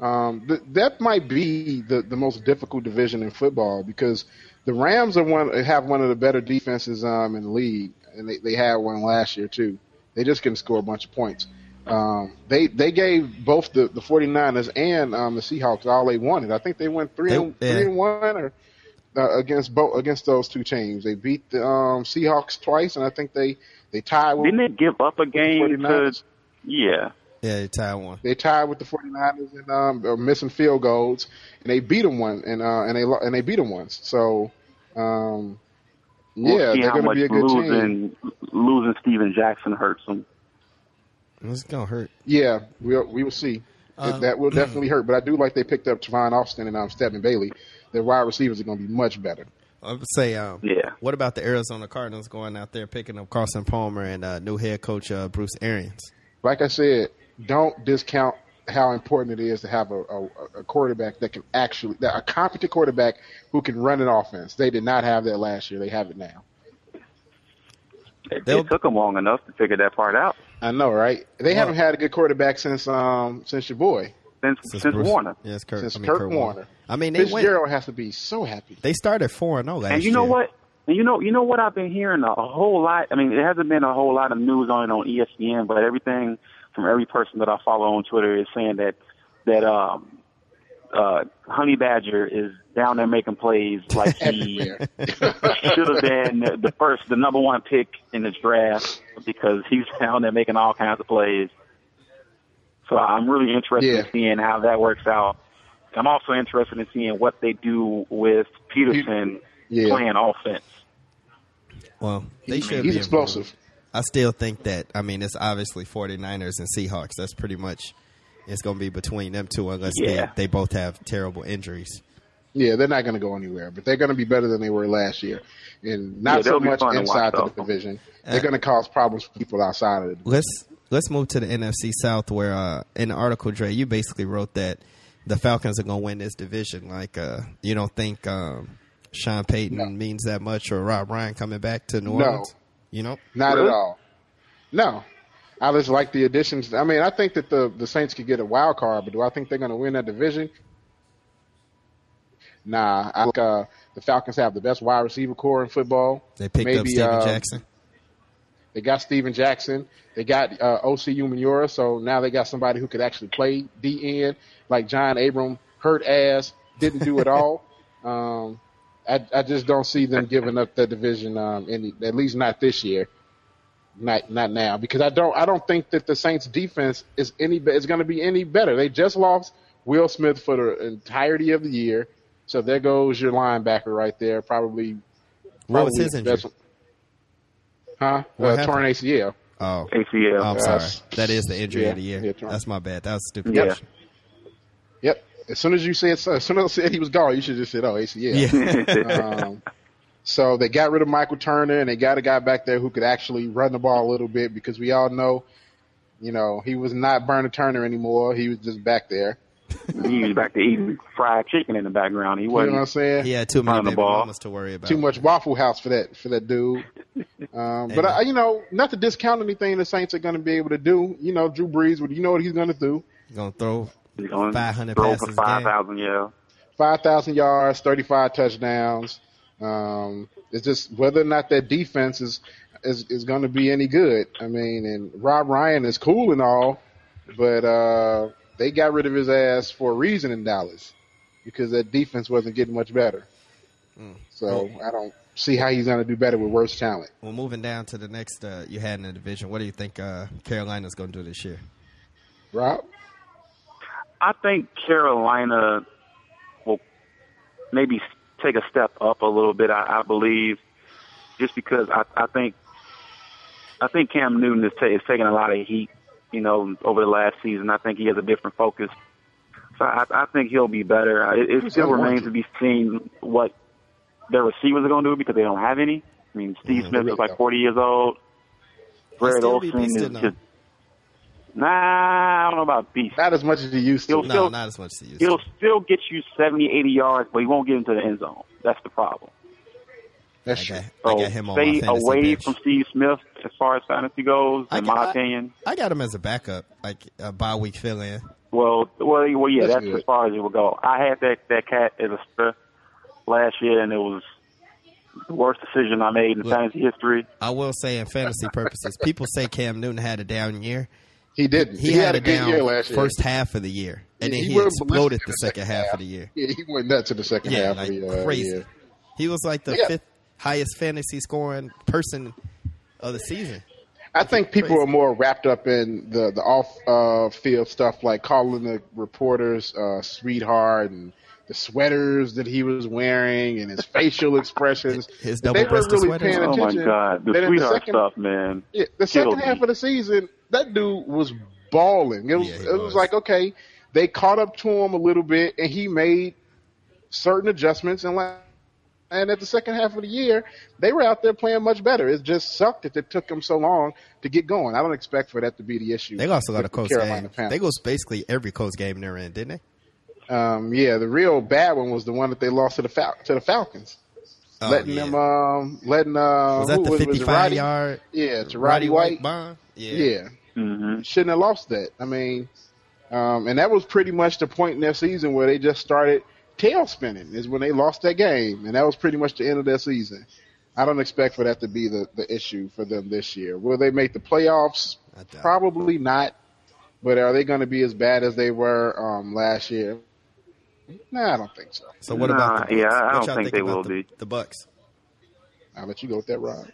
A: Um, th- that might be the, the most difficult division in football because the Rams are one have one of the better defenses um, in the league, and they, they had one last year too. They just couldn't score a bunch of points. Um, they they gave both the, the 49ers and um, the Seahawks all they wanted. I think they went three
B: They-
A: and
B: yeah.
A: three and one or uh, against both against those two teams. They beat the um, Seahawks twice, and I think they they tied with
C: Didn't they give up a game to?
A: 49ers.
C: Yeah,
B: Yeah, they tied one.
A: They tied with the 49ers and um, uh, missing field goals, and they beat them one, and uh, and they lo- and they beat them once. So um,
C: We'll
A: yeah,
C: see
A: they're
C: how
A: going to
C: much
A: be a good team.
C: losing losing Steven Jackson hurts them.
B: It's gonna hurt.
A: Yeah, we'll, we will see.
B: Uh,
A: that will definitely hurt, but I do like they picked up Travon Austin and um, Stephen Bailey. Their wide receivers are going to be much better.
B: I would say, um,
C: Yeah.
B: What about the Arizona Cardinals going out there picking up Carson Palmer and uh, new head coach uh, Bruce Arians?
A: Like I said, don't discount how important it is to have a, a, a quarterback that can actually, that a competent quarterback who can run an offense. They did not have that last year. They have it now.
C: It,
B: They'll-
C: it took them long enough to figure that part out
A: I know, right? They
B: Well-
A: haven't had a good quarterback since um since your boy
C: since
B: Since
C: since,
B: Bruce-
C: Warner.
B: Yes, Kirk.
A: Since
B: I mean,
A: Kurt
B: Kurt
A: Warner.
B: I mean, they went.
A: Fitzgerald has to be so happy.
B: They started four and zero last year.
C: And you know what? And you know, you know what I've been hearing a, a whole lot. I mean, it hasn't been a whole lot of news on it on E ESPN, but everything from every person that I follow on Twitter is saying that that um, uh, Honey Badger is down there making plays
B: (laughs)
C: like he
A: Everywhere.
C: should have been the first, the number one pick in the draft because he's down there making all kinds of plays. So I'm really interested
A: Yeah.
C: in seeing how that works out. I'm also interested in seeing what they do with Peterson
A: Yeah.
C: playing offense.
B: Well, they should.
A: He's
B: be
A: explosive.
B: improved. I still think that. I mean, it's obviously 49ers and Seahawks. That's pretty much. It's going to be between them two, unless
C: Yeah.
B: they, they both have terrible injuries.
A: Yeah, they're not going to go anywhere, but they're going to be better than they were last year, and not
C: Yeah,
A: so
C: they'll be
A: much
C: fun to
A: inside
C: watch,
A: the
C: though.
A: division.
B: Uh,
A: They're going to cause problems for people outside of it.
B: let's let's move to the NFC South, where uh, in the article, Dre, you basically wrote that the Falcons are going to win this division. Like, uh, you don't think um, Sean Payton
A: No.
B: means that much, or Rob Ryan coming back to New
A: No.
B: Orleans? You know,
A: Not
C: Really?
A: at all. No, I just like the additions. I mean, I think that the the Saints could get a wild card, but do I think they're going to win that division? Nah, I think uh, the Falcons have the best wide receiver core in football.
B: they picked up
A: Maybe,
B: Steven
A: uh,
B: Jackson.
A: They got Steven Jackson. They got uh, OCU Manura. So now they got somebody who could actually play DN, like John Abram, hurt ass, didn't do it all. um, I, I just don't see them giving up that division, um, any, at least not this year, not not now, because I don't I don't think that the Saints defense is any be- is going to be any better. They just lost Will Smith for the entirety of the year, so there goes your linebacker right there. Probably
B: What was
A: probably
B: his
A: the
B: injury?
A: best- Huh?
B: What
A: Uh,
B: happened?
A: torn ACL.
B: Oh,
C: ACL. (laughs)
B: I'm
A: Uh,
B: sorry. That is the injury
A: yeah,
B: of the year.
A: yeah, Toronto.
B: That's my bad. That was a stupid.
A: (laughs)
C: Yep.
B: question.
A: Yep. As soon as you said, as soon as I said he was gone, you should just said, "Oh, ACL."
B: Yeah. (laughs)
A: um, so they got rid of Michael Turner and they got a guy back there who could actually run the ball a little bit because we all know, you know, he was not Burner Turner anymore. He was just back there.
C: he was back to eating fried chicken in the background. He
A: You know
C: wasn't.
A: what I'm saying?
B: he had too many
C: On the
B: baby
C: ball.
B: mamas to worry about.
A: Too much Waffle House for that for that dude. Um, but I, you know, not to discount anything the Saints are going to be able to do. You know, Drew Brees, you know what he's going to do.
B: Gonna throw
C: He's going
B: 500
C: throw
B: passes
C: for
B: a game.
C: five thousand. Yeah.
A: five thousand yards, thirty-five touchdowns. Um, it's just whether or not that defense is is, is going to be any good. I mean, and Rob Ryan is cool and all, but uh, they got rid of his ass for a reason in Dallas because that defense wasn't getting much better.
B: Hmm.
A: So I don't see how he's going to do better with worse talent.
B: Well, moving down to the next uh, you had in the division, what do you think uh, Carolina's gonna do this year?
A: Rob,
C: I think Carolina will maybe take a step up a little bit. I, I believe, just because I, I think I think Cam Newton is, ta- is taking a lot of heat. You know, over the last season, I think he has a different focus. So I, I think he'll be better. It, it still remains to be seen what their receivers are going to do because they don't have any. I mean, Steve
B: Yeah,
C: Smith
A: really
C: is like
A: don't.
C: 40 years old. Brad
B: still be
C: Olsen is
B: beasting, though.
C: just nah. I don't know about beast.
A: not as much as he used to.
C: He'll-
B: No,
C: Still-
B: not as much as you.
C: He'll still get you 70, 80 yards, but he won't get into the end zone. That's the problem.
A: That's
B: I
A: true.
B: got, I
C: So
B: got him on my
C: stay
B: fantasy
C: away
B: bench.
C: from Steve Smith as far as fantasy goes,
B: I
C: in
B: got-
C: my opinion.
B: I got him as a backup, like a bye week fill in.
C: Well, well, well, yeah,
A: That's
C: that's,
A: good.
C: as far as it will go. I had that that cat as a star last year, and it was the worst decision I made in
B: Look.
C: fantasy history.
B: I will say, in
C: (laughs)
B: fantasy purposes, people say Cam Newton had a down year.
A: He didn't.
B: He, had, a
A: good year
B: down
A: last year.
B: first half of the year, and
A: Yeah,
B: then
A: he
B: he,
A: went
B: exploded
A: ballistic in
B: the
A: the
B: second
A: second
B: half
A: half.
B: of the year.
A: yeah, (laughs) he went nuts in the second
B: Yeah,
A: half.
B: like
A: of the, uh,
B: crazy.
A: yeah.
B: He was like the
A: Yeah.
B: fifth highest fantasy scoring person of the season.
A: I think people
B: crazy.
A: are more wrapped up in the the off uh, field stuff, like calling the reporters uh, sweetheart and the sweaters that he was wearing and his facial expressions. If
B: His
A: they
B: double
A: were
B: breasted
A: really
B: sweaters.
A: paying
C: Oh my
A: attention.
C: God, the
A: then in
C: sweetheart
A: second,
C: stuff, man.
A: Yeah, the second
C: Killed
A: half
C: me.
A: of the season, that dude was balling. It was,
B: Yeah, he
A: it was,
B: was.
A: like okay, they caught up to him a little bit, and he made certain adjustments. And like, and at the second half of the year, they were out there playing much better. It just sucked that it took them so long to get going. I don't expect for that to be the issue.
B: They lost a lot
A: with
B: of
A: the
B: close
A: Carolina
B: games.
A: Panthers.
B: They lost basically every close game they're in, didn't they?
A: Um, yeah, the real bad one was the one that they lost to the Fal- to the Falcons,
B: Oh,
A: letting
B: yeah.
A: them, um, letting uh,
B: Was that
A: who
B: the
A: was, was it,
B: 55
A: Roddy?
B: yard
A: Yeah, to
B: Roddy
A: Roddy White.
B: bomb? Yeah.
A: Yeah.
C: hmm
A: shouldn't have lost that. I mean, um, and that was pretty much the point in their season where they just started tail spinning is when they lost that game, and that was pretty much the end of their season. I don't expect for that to be the, the issue for them this year. Will they make the playoffs?
B: I doubt it.
A: Probably not. But are they going to be as bad as they were um, last year? Nah, I don't think so.
B: So what
C: Nah,
B: about the Bucks?
C: yeah, I
B: What
C: don't
B: y'all
C: think they
B: about
C: will
B: the,
C: be.
B: The Bucks.
A: I'll let you go with that, Rob.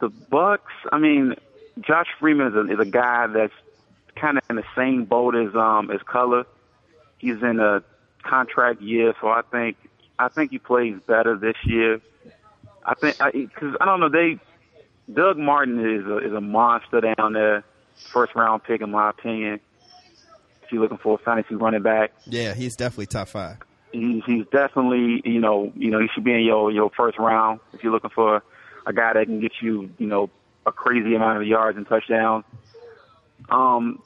C: The Bucks. I mean, Josh Freeman is a, is a guy that's kind of in the same boat as um as Color. He's in a contract year, so I think I think he plays better this year. I think because I, don't know they. Doug Martin is a, is a monster down there. First round pick, in my opinion. If you're looking for a fantasy running back,
B: Yeah, he's definitely top five.
C: he, he's definitely you know you know he should be in your your first round if you're looking for a guy that can get you you know a crazy amount of yards and touchdowns. Um,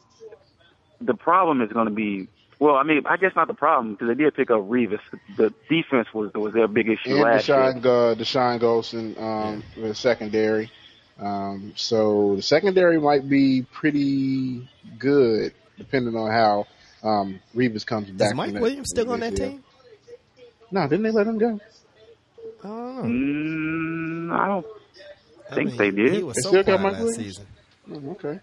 C: the problem is going to be well, I mean, I guess not the problem because they did pick up Revis. The defense was was their big issue
A: and
C: last year.
A: Deshaun, uh, Deshaun Golson um, with the secondary. Um, so the secondary might be pretty good, depending on how um, Reeves comes back.
B: Is Mike
A: from that-
B: Williams still on that
A: yeah.
B: team?
A: No, didn't they let him go?
B: I don't know.
C: Mm, I don't.
B: I
C: think
B: mean,
C: they did.
B: He was
A: They
B: so
A: still got
B: quiet
A: Mike
B: last
A: Williams?
B: season.
A: Oh, okay.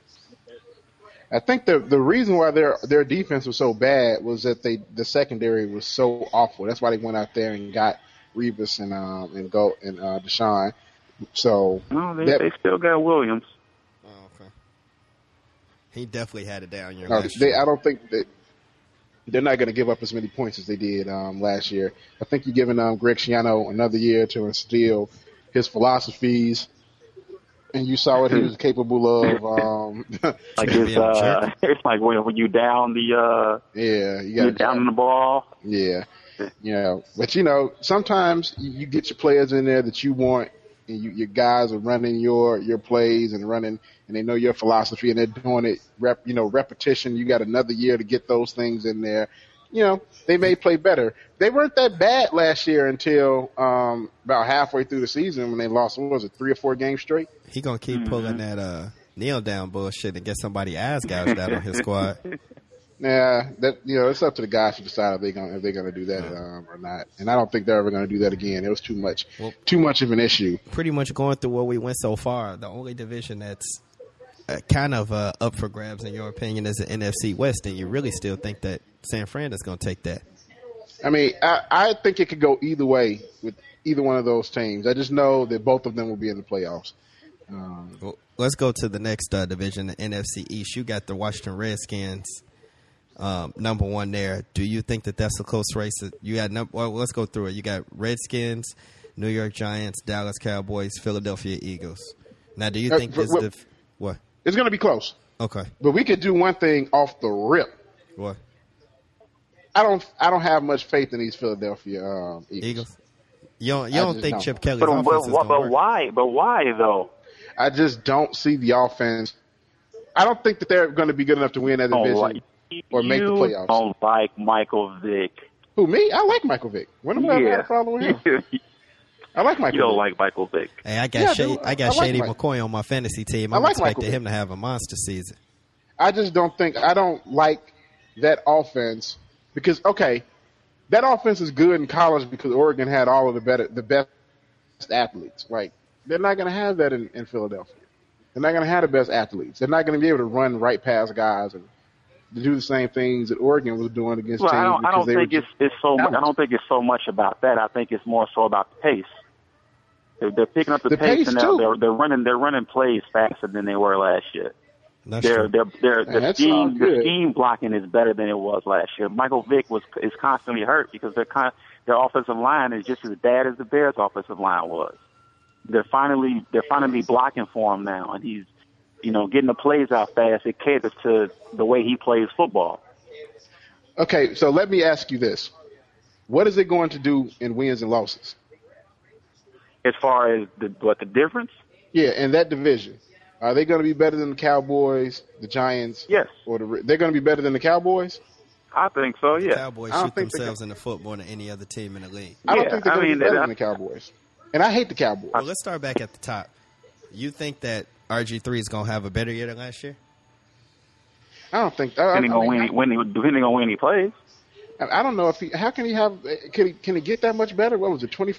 A: I think the the reason why their their defense was so bad was that they the secondary was so awful. That's why they went out there and got Reeves and um and go and uh, Deshaun. So
C: No, they
A: That-
C: they still got Williams.
B: Oh, okay. He definitely had it down your
A: No,
B: last
A: Oh, they,
B: year.
A: I don't think that they're not going to give up as many points as they did um, last year. I think you're giving um, Greg Schiano another year to instill his philosophies, and you saw what
B: Mm-hmm.
A: he was capable of. Um, (laughs)
C: Like
B: Should
C: it's
B: be on
C: uh,
B: track.
C: (laughs) it's like when when you down the uh,
A: yeah, you
C: you're
A: got
C: down in the ball.
A: Yeah, you know, but you know, sometimes you you get your players in there that you want, and you, your guys are running your your plays and running, and they know your philosophy, and they're doing it rep, you know, repetition. You got another year to get those things in there. You know, they may play better. They weren't that bad last year until um, about halfway through the season when they lost. What was it, three or four games straight?
B: He gonna keep pulling that uh, kneel down bullshit and get somebody ass gouged out on his squad.
A: Nah, that you know, it's up to the guys to decide if they're gonna if they're gonna do that um, or not. And I don't think they're ever gonna do that again. It was too much,
B: Well-
A: too much of an issue.
B: Pretty much going through what we went so far. The only division that's uh, kind of uh, up for grabs, in your opinion, is the NFC West, and you really still think that San Fran is gonna take that?
A: I mean, I, I think it could go either way with either one of those teams. I just know that both of them will be in the playoffs.
B: Well, let's go to the next uh, division, the NFC East. You got the Washington Redskins, um, number one there. Do you think that that's a close race? That You got number. Well, let's go through it. You got Redskins, New York Giants, Dallas Cowboys, Philadelphia Eagles. Now, do you
A: Uh,
B: think
A: but-
B: this?
A: but-
B: div- what?
A: It's going to be close,
B: Okay.
A: but we could do one thing off the rip.
B: What?
A: I don't, I don't have much faith in these Philadelphia um, Eagles.
B: Eagles. You don't, you
A: I
B: don't
A: just
B: think
A: don't.
B: Chip Kelly's
C: But
B: offense
C: but,
B: is
C: but,
B: going to
C: but
B: work?
C: why? But why though?
A: I just don't see the offense. I don't think that they're going to be good enough to win that
C: don't
A: division.
C: Oh, like
A: or make the
C: you
A: playoffs.
C: Don't like Michael Vick.
A: Who me? I like Michael Vick. When am I
C: yeah,
A: have a problem with
C: (laughs)
A: him?
C: you
A: I like Michael.
C: don't
A: Vick.
C: like Michael Vick.
B: Hey, I got
A: Yeah,
B: Shady,
A: dude,
B: I got
A: I like
B: Shady
A: Mike.
B: McCoy on my fantasy team.
A: I
B: I'm
A: like
B: expecting
A: Michael.
B: him to have a monster season.
A: I just don't think I don't like that offense because okay, that offense is good in college because Oregon had all of the better the best athletes. Like they're not going to have that in, in Philadelphia. They're not going to have the best athletes. They're not going to be able to run right past guys and do the same things that Oregon was doing against
C: Well,
A: teams
C: I don't. I
A: because
C: don't
A: they were
C: think it's it's so. Much, I don't think it's so much about that. I think it's more so about the pace. They're, they're picking up the,
A: The pace,
C: pace, and they're,
A: too.
C: they're they're running they're running plays faster than they were last year.
B: That's true.
C: Their their their,
A: Yeah,
C: their
A: that's all
C: scheme the
A: good.
C: scheme blocking is better than it was last year. Michael Vick was is constantly hurt because their con- their offensive line is just as bad as the Bears' offensive line was. They're finally they're finally blocking for him now, and he's you know getting the plays out fast. It caters to the way he plays football.
A: Okay, so let me ask you this: What is it going to do in wins and losses?
C: As far as the what the difference,
A: Yeah, in that division, are they going to be better than the Cowboys, the Giants?
C: Yes.
A: Or the they're going to be better than the Cowboys?
C: I think so. Yeah,
B: Cowboys
A: I don't
B: shoot
A: think they
B: themselves in the foot more than any other team in the league.
A: I don't
C: Yeah,
A: think they're
C: I
A: going to
C: mean,
A: be better
C: that-
A: than the Cowboys. And I hate the Cowboys.
B: Well, let's start back at the top. You think that RG3 is going to have a better year than last year?
A: I don't think. I, I,
C: depending on
A: mean,
C: when he, when he, depending on when he plays.
A: I, I don't know if he. How can he have? eh, Can he? Can he get that much better? What was it? Twenty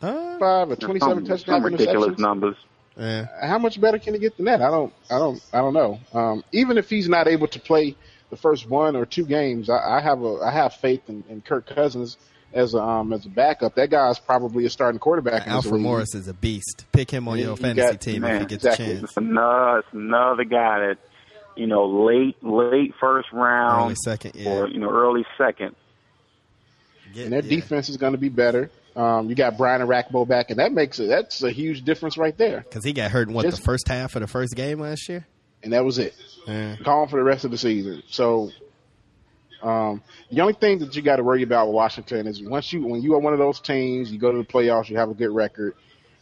B: Huh?
A: five or twenty seven
C: Some- some
A: touchdowns?
C: ridiculous
A: interceptions?
C: numbers.
B: Yeah.
A: how much better can he get than that? I don't, I don't, I don't know. Um, even if he's not able to play the first one or two games, I, I have a, I have faith in, in Kirk Cousins as a, um, as a backup. That guy's probably a starting quarterback. in this
B: Alfred
A: league.
B: Morris is a beast. Pick him on
A: You-
B: your
A: you
B: fantasy
A: got-
B: team if
C: man,
B: you get
A: exactly.
B: the chance.
C: It's another, it's another guy that, you know, late, late first round
B: Early second, yeah.
C: or you know, early second.
B: Get-
A: and their
B: yeah.
A: defense is going to be better. Um, you got Brian Arakbo back, and that makes it. That's a huge difference right there.
B: Because he got hurt in what
A: Just-
B: the first half of the first game last year. Eh,
A: And that was it.
B: Yeah.
A: Calm for the rest of the season. So. Um, the only thing that you got to worry about with Washington is once you when you are one of those teams, you go to the playoffs, you have a good record,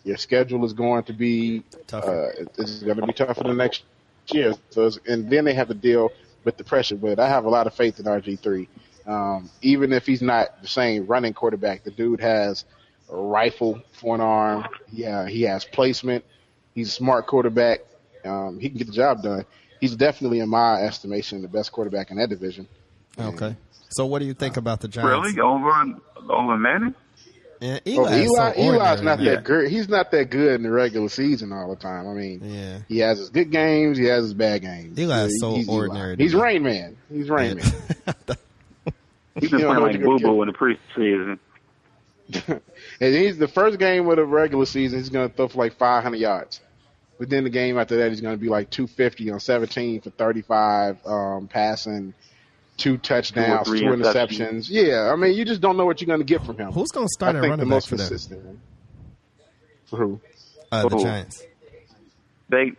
A: your schedule is going to be
B: Tougher.
A: uh, it- it's going to be tough for the next year. So it's, and then they have to deal with the pressure. But I have a lot of faith in RG three. Um, even if he's not the same running quarterback, the dude has a rifle for an arm. Yeah, he has placement. He's a smart quarterback. Um, he can get the job done. He's definitely, in my estimation, the best quarterback in that division.
B: okay. So what do you think about the Giants?
C: Really, over over Manning?
B: Yeah,
A: Oh,
B: Eli, is so
A: Eli, Eli's
B: ordinary,
A: not
B: man.
A: that good. He's not that good in the regular season all the time. I mean,
B: Yeah.
A: He has his good games. He has his bad games.
B: Eli is
A: He-
B: so
A: he's
B: ordinary to
A: He's
B: me.
A: Rain Man. He's Rain
C: (laughs)
A: Man.
C: He's been
A: You don't know
C: playing like
A: what
C: Boo
A: you're
C: Boo in the preseason.
A: (laughs) And he's the first game of the regular season. He's going to throw for like 500 yards. But then the game after that, he's going to be like 250 on 17 for 35, um, passing two touchdowns,
C: three
A: two interceptions.
C: interceptions.
A: Yeah, I mean, you just don't know what you're going to get from him.
B: (laughs) Who's going to
A: I
B: start at
A: think the
B: running back
A: most
B: for them?
A: consistent one. For who?
B: Uh, the
A: Oh,
C: Who?
B: Giants.
C: They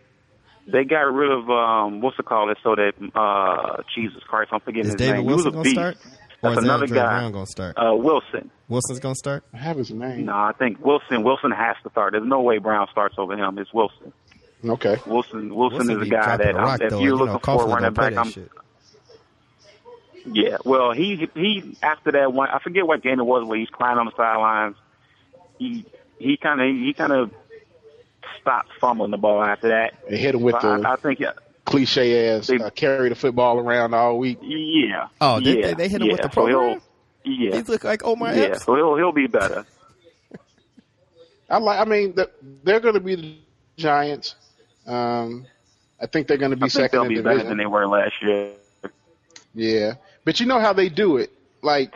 C: they got rid of um, what's it called? It so that uh, Jesus Christ, I'm forgetting
B: Is
C: his
B: David
C: name.
B: Wilson
C: he was a
B: going to
C: beast.
B: start? Or
C: That's
B: is
C: another
B: Andre
C: guy.
B: Brown going to start?
C: Uh, Wilson.
B: Wilson's going to start?
A: I have his name.
C: No, I think Wilson. Wilson has to start. There's no way Brown starts over him. It's Wilson.
A: Okay.
C: Wilson. Wilson,
B: Wilson
C: is a
B: be
C: guy
B: dropping
C: that
B: a
C: I'm-
B: rock,
C: if
B: though,
C: you're
B: and, you know,
C: looking for a
B: Coughlin
C: running
B: don't play
C: back,
B: that
C: I'm
B: shit.
C: Yeah, well, he he after that one, I forget what game it was where he's crying on the sidelines. He he kind of he kind of stopped fumbling the ball after that.
A: They hit him with
C: But I,
A: the
C: I think yeah,
A: cliche ass
C: They-
A: uh, carry the football around all week.
C: yeah.
B: Oh, did
C: yeah,
B: they- they hit him with
C: yeah,
B: the
C: so he'll-
B: program?
C: Yeah,
B: He looked like "Oh Omar
C: yeah.
B: Epps.
C: So he'll he'll be
B: (laughs)
C: better.
A: I like. I mean, the, they're going to be the Giants. Um, I think they're going to be
C: I think
A: second
C: they'll
A: in
C: be better
A: division.
C: than they were last year.
A: yeah, but you know how they do it. Like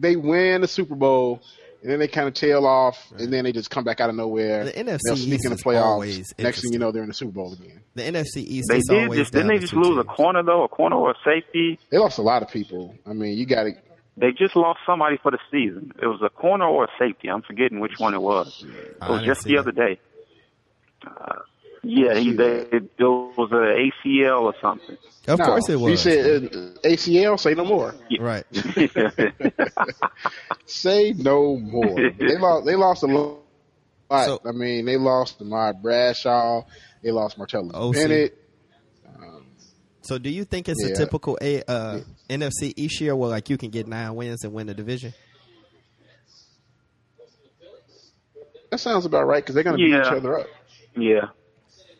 A: they win the Super Bowl, and then they kind of tail off, and then they just come back out of nowhere.
B: The NFC
A: they'll sneak
B: East
A: in the
B: is
A: playoffs.
B: always
A: Next thing you
B: interesting.
A: know, they're in the Super Bowl again.
B: The NFC East
C: They
B: is
C: did
B: always
C: just didn't
B: down to
C: they just
B: two
C: lose a
B: teams.
C: corner though, a corner or a safety.
A: They lost a lot of people. I mean, you got to.
C: They just lost somebody for the season. It was a corner or a safety. I'm forgetting which one it was. It
B: I
C: was
B: didn't
C: just
B: see
C: the other day. Uh, yeah, he, they, it was an ACL or something. (laughs)
B: Of course it was.
A: You said uh, ACL. Say no more.
B: right.
A: Say no more.
C: (laughs)
A: they lost. They lost a lo- lot.
B: So-
A: I mean, they lost Ahmad Bradshaw. They lost Martellus
B: OC.
A: Bennett.
B: So do you think it's
A: Yeah.
B: a typical a, uh, NFC East year where like you can get nine wins and win the division?
A: That sounds about right because they're going to beat
C: Yeah.
A: each other up.
C: yeah.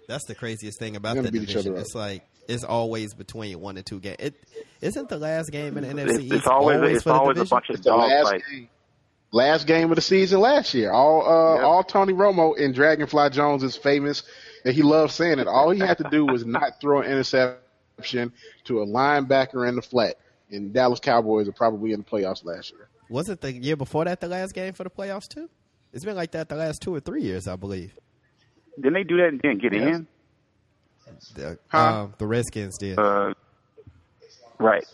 B: That's the craziest thing about
A: They're
B: the
A: gonna beat each
B: division.
A: other up.
B: It's like it's always between one and two games. It isn't the last game in the
C: It's,
B: NFC East.
C: it's always, it's
B: for the
C: always a
B: division?
C: bunch of
A: It's the
C: dog
A: last
C: fights.
A: game, last game of the season last year. All uh,
C: Yep.
A: all Tony Romo and Dragonfly Jones is famous, and he loves saying it. All he had to do was
C: (laughs)
A: not throw an interception to a linebacker in the flat. And Dallas Cowboys are probably in the playoffs last year.
B: Was it the year before that the last game for the playoffs too? It's been like that the last two or three years, I believe.
C: Didn't they do that and didn't get
A: Yes.
C: in?
B: The,
C: Huh?
B: um, the Redskins did. All
C: Uh, right.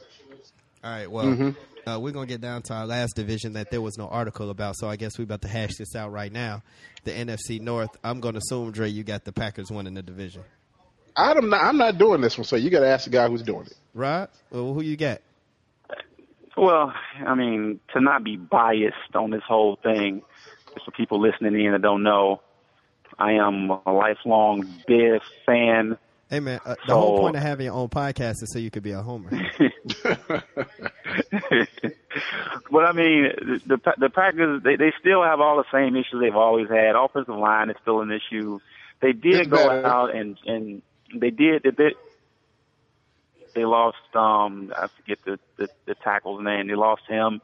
B: right, well,
A: Mm-hmm.
B: uh, we're gonna get down to our last division that there was no article about, so I guess we're about to hash this out right now. The NFC North. I'm gonna assume Dre, you got the Packers winning the division,
A: I'm not. I'm not doing this one. So you got to ask the guy who's doing it.
B: right? Well, who you got?
C: Well, I mean, to not be biased on this whole thing, just for people listening in that don't know, I am a lifelong Bears fan.
B: Hey man, uh, the whole
A: Oh.
C: So-
B: point of having your own podcast is so you could be
A: (laughs)
B: a homer.
C: (laughs) but I mean, the the, Pa- the Packers they they still have all the same issues they've always had. Offensive line is still an issue. They did
A: It's
C: go
A: better.
C: out and and they did they did, they lost um I forget the, the the tackle's name. They lost him.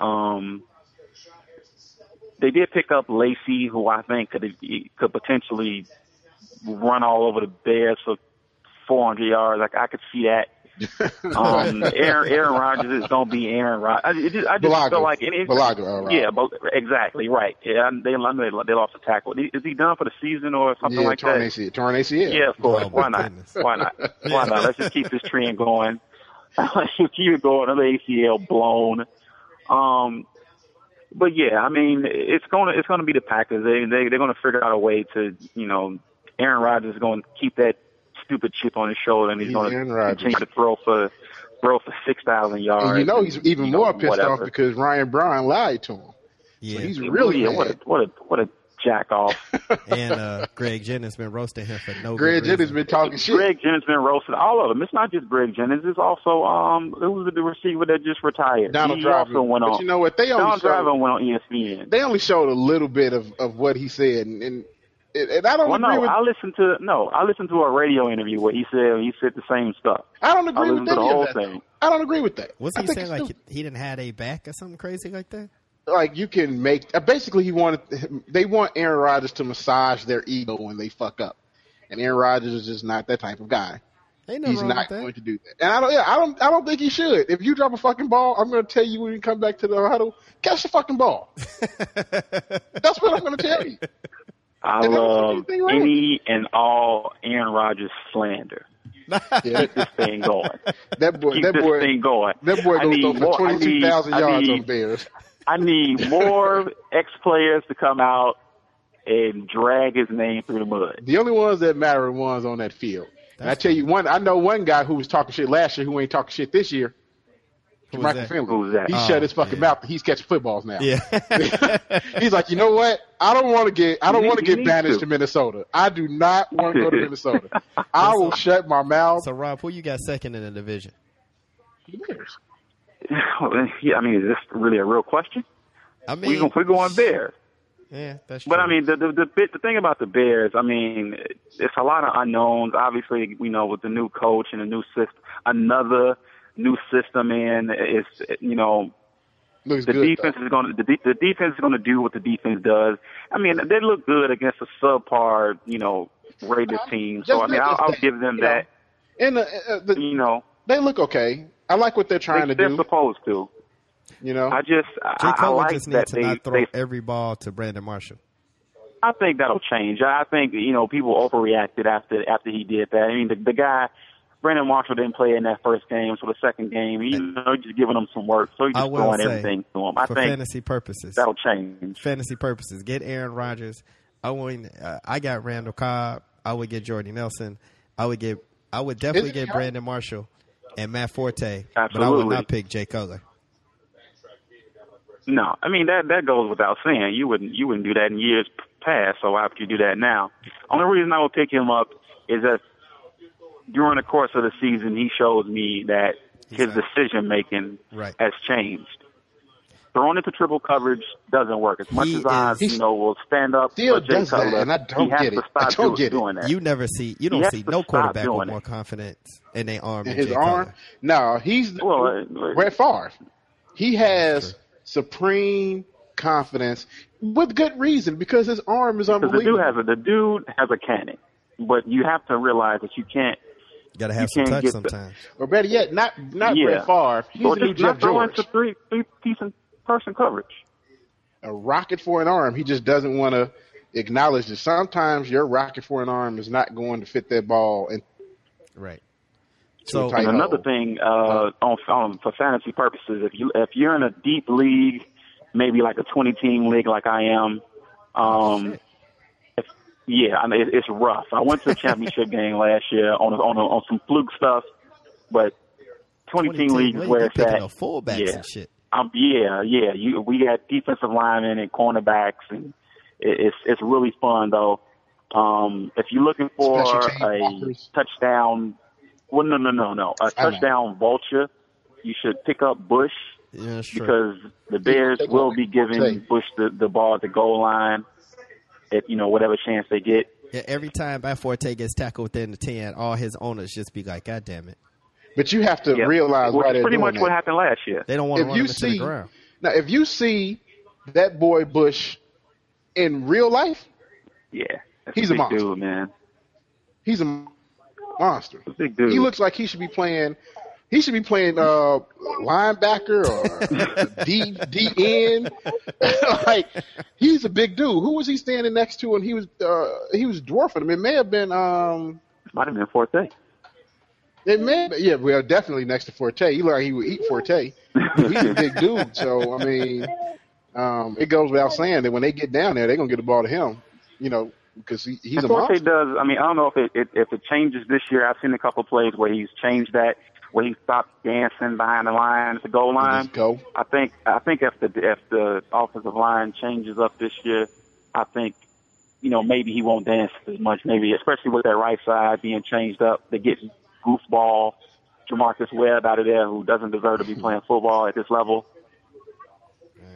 C: Um, they did pick up Lacey, who I think could could potentially run all over the Bears for 400 yards. Like I could see that.
A: (laughs)
C: Um, Aaron, Aaron Rodgers is going to be Aaron Rodgers. I just, I just
A: Balaga.
C: feel like it, it,
A: Balaga, all right.
C: Yeah, but, exactly right. Yeah, I- they I know they, they lost a tackle. Is he done for the season or something
A: yeah,
C: like
A: torn
C: that?
A: ACL. Torn ACL.
C: Yeah, of course.
B: Oh, my
C: Why not?
B: goodness.
A: (laughs)
C: Why not? Why not? Let's just keep this trend going. (laughs) Let's just keep it going. Another ACL blown. Um, but yeah, I mean, it's gonna it's gonna be the Packers. They they they're gonna figure out a way to you know, Aaron Rodgers is gonna keep that stupid chip on his shoulder, and he's,
A: He's Aaron
C: gonna
A: Rodgers.
C: continue to throw for throw for six thousand yards.
A: And you know he's
C: and,
A: even
C: you know,
A: more pissed off
C: whatever.
A: because Ryan Brown lied to him. So
B: Yeah,
A: he's really
C: yeah,
A: mad.
C: what a what a what a jack off.
B: (laughs) and uh, Greg Jennings been roasting him for no.
A: Greg
B: good reason.
A: Jennings been talking shit.
C: Greg Jennings been roasted. All of them. It's not just Greg Jennings. It's also um, who was the receiver that just retired?
A: Donald
C: he
A: Driver.
C: also went
A: But
C: on.
A: you know what? They only
C: Donald Driver
A: showed,
C: went on E ESPN.
A: they only showed a little bit of, of what he said, and and, and I don't
C: Well,
A: agree
C: no,
A: with
C: I listened to no, I listened to a radio interview where he said he said the same stuff.
A: I don't
C: I
A: agree with
C: listened to the
A: any
C: whole
A: of that.
C: thing.
A: I don't agree with that.
B: Was
A: I
B: he
A: think
B: saying
A: it's
B: like
A: stupid.
B: he didn't had a back or something crazy like that?
A: like you can make uh, basically he wanted they want Aaron Rodgers to massage their ego when they fuck up, and Aaron Rodgers is just not that type of guy.
B: Ain't nothing
A: He's
B: wrong
A: not
B: with
A: going
B: that.
A: to do that. And I don't, yeah, I don't, I don't think he should. If you drop a fucking ball, I'm going to tell you when you come back to the huddle, catch the fucking
B: (laughs)
A: ball. That's what I'm going to tell you.
C: I
A: They don't
C: love
A: do anything wrong.
C: any and all Aaron Rodgers slander.
A: (laughs) Yeah,
C: This thing going.
A: (laughs) that boy,
C: Keep
A: that
C: this
A: boy,
C: thing going.
A: that boy
C: I
A: goes
C: need
A: throw
C: more-
A: for
C: I need-
A: twenty-two thousand
C: I
A: yards
C: need-
A: on the Bears.
C: I need more (laughs) ex players to come out and drag his name through the mud.
A: The only ones that matter are ones on that field. and I
B: That's
A: tell you one, I know one guy who was talking shit last year who ain't talking shit this year.
B: Who was
A: Michael
B: that?
A: Finley.
C: Who's that?
A: He
B: Oh,
A: shut his fucking
B: yeah.
A: mouth. He's catching footballs now.
B: Yeah.
A: (laughs)
B: (laughs)
A: He's like, you know what? I don't want to get I don't
C: He-
A: want to
C: he
A: get
C: needs
A: banished
C: to.
A: to. Minnesota. I do not want to
C: (laughs)
A: go to Minnesota. I will shut my mouth.
B: so Rob, who you got second in the division?
C: (laughs) yeah, I mean, is this really a real question?
B: I
C: We
B: mean,
C: gon- we going Bears,
B: yeah, that's true.
C: but I mean the the the, bit, the thing about the Bears, I mean, it's a lot of unknowns. Obviously, we know with the new coach and the new system, another new system in is you know
A: Looks
C: the
A: good.
C: defense is going to the, de- the defense is going to do what the defense does. I mean, they look good against a subpar you know Raiders team, so
A: Just
C: I mean,
A: look
C: I'll,
A: at
C: I'll
A: that,
C: give them
A: you know,
C: that.
A: though. and the, uh, the,
C: You know,
A: they look okay. I like what they're
C: they,
A: trying to
C: they're
A: do.
C: supposed to.
A: You know,
C: I just
B: Jay
C: I, I
B: Cutler
C: like
B: just
C: that
B: needs to
C: they,
B: not throw
C: they
B: every ball to Brandon Marshall.
C: I think that'll change. I think you know people overreacted after after he did that. I mean, the, the guy Brandon Marshall didn't play in that first game, so the second game, you know, just giving him some work, so he's
B: I
C: just
B: will
C: throwing
B: say,
C: everything to him. I
B: for
C: think
B: fantasy purposes.
C: that'll change.
B: fantasy purposes. Get Aaron Rodgers. I would. Uh, I got Randall Cobb. I would get Jordy Nelson. I would get. I would definitely
A: Isn't
B: get Brandon Marshall and Matt Forte. But I would
C: Absolutely.
B: not pick Jay Cutler.
C: No, I mean that that goes without saying. You wouldn't you wouldn't do that in years past. So why would you do that now? Only reason I would pick him up is that during the course of the season, he shows me that his
B: Exactly.
C: decision making
B: Right.
C: has changed. Throwing into triple coverage doesn't work. As much
B: He
C: as I,
B: is-
C: you know, will stand up
A: Still
C: for Jay
A: does that,
C: Cutler,
A: and I
C: he
A: don't
C: has
A: get
C: to
A: it.
C: stop
A: I don't
C: do-
A: get it.
C: doing that.
B: You never see. You don't
C: has
B: see
C: to
B: no
C: stop
B: quarterback with
C: doing
B: more
C: it.
B: confidence in their arm. than
A: his
B: Jay
A: arm.
B: Cutler.
A: No, he's the
C: Well, uh,
A: Brett Favre. He has
B: true.
A: supreme confidence with good reason because his arm is
C: Because the dude
A: unbelievable.
C: has a the dude has a cannon, but you have to realize that you can't.
B: Got to have some
C: can't
B: touch
C: get the-
B: sometimes.
A: or better yet, not not
C: Yeah.
A: Brett Favre. He's
C: or
A: the new
C: just not
A: Jeff
C: throw
A: George.
C: into three three decent person coverage.
A: a rocket for an arm. He just doesn't want to acknowledge that sometimes your rocket for an arm is not going to fit that ball. And
B: Right.
A: So-
B: So
A: I
C: And
A: know.
C: another thing, uh, on, on for fantasy purposes, if you if you're in a deep league, maybe like a 20 team league, like I am, um,
B: Shit.
C: if, yeah, I mean it, it's rough. I went to a championship game last year on a, on a, on some fluke stuff, but 20 team league is
B: league,
C: where
B: they
C: it's
B: picking
C: at.
B: up fullbacks
C: Yeah.
B: and shit.
C: Um, yeah, yeah. You, we got defensive linemen and cornerbacks, and it, it's it's really fun though. Um, if you're looking for
A: Special team
C: a
A: blockers.
C: touchdown, well, no, no, no, no, a
A: I know.
C: touchdown vulture, you should pick up Bush
B: Yeah, that's true.
C: because the Bears
A: Take
C: will
A: it.
C: be giving
A: Take.
C: Bush the, the ball at the goal line, if you know whatever chance they get.
B: Yeah, E-, every time Bat Forte gets tackled within the ten, all his owners just be like, "God damn it!"
A: but you have to
C: Yeah,
A: realize
C: which
A: why
C: is
A: they're
C: pretty
A: doing
C: much
A: that.
C: what happened last year.
B: They don't want to
A: if
B: run
A: you
B: him into the
A: see
B: ground.
A: now, if you see that boy Bush in real life,
C: Yeah, That's
A: He's a
C: big
A: monster.
C: dude, man.
A: he's a monster.
C: Big dude.
A: He looks like he should be playing. He should be playing uh, linebacker
C: (laughs)
A: or D D N. (laughs) like he's a big dude. Who was he standing next to? And he was uh, he was dwarfing him. It may have been um,
C: might have been Forte.
A: it may yeah well definitely next to Forte. He looked like he would eat Forte. He's a big dude. So I mean, um, it goes without saying that when they get down there, they're gonna get the ball to him. You know because he, he's a
C: and Forte
A: monster.
C: does. I mean, I don't know if it, it if it changes this year. I've seen a couple of plays where he's changed that, where he stopped dancing behind the line at the goal line.
A: Just go.
C: I think I think if the if the offensive line changes up this year, I think you know maybe he won't dance as much. Maybe especially with that right side being changed up, they get goofball Jamarcus Webb out of there who doesn't deserve to be playing football at this level.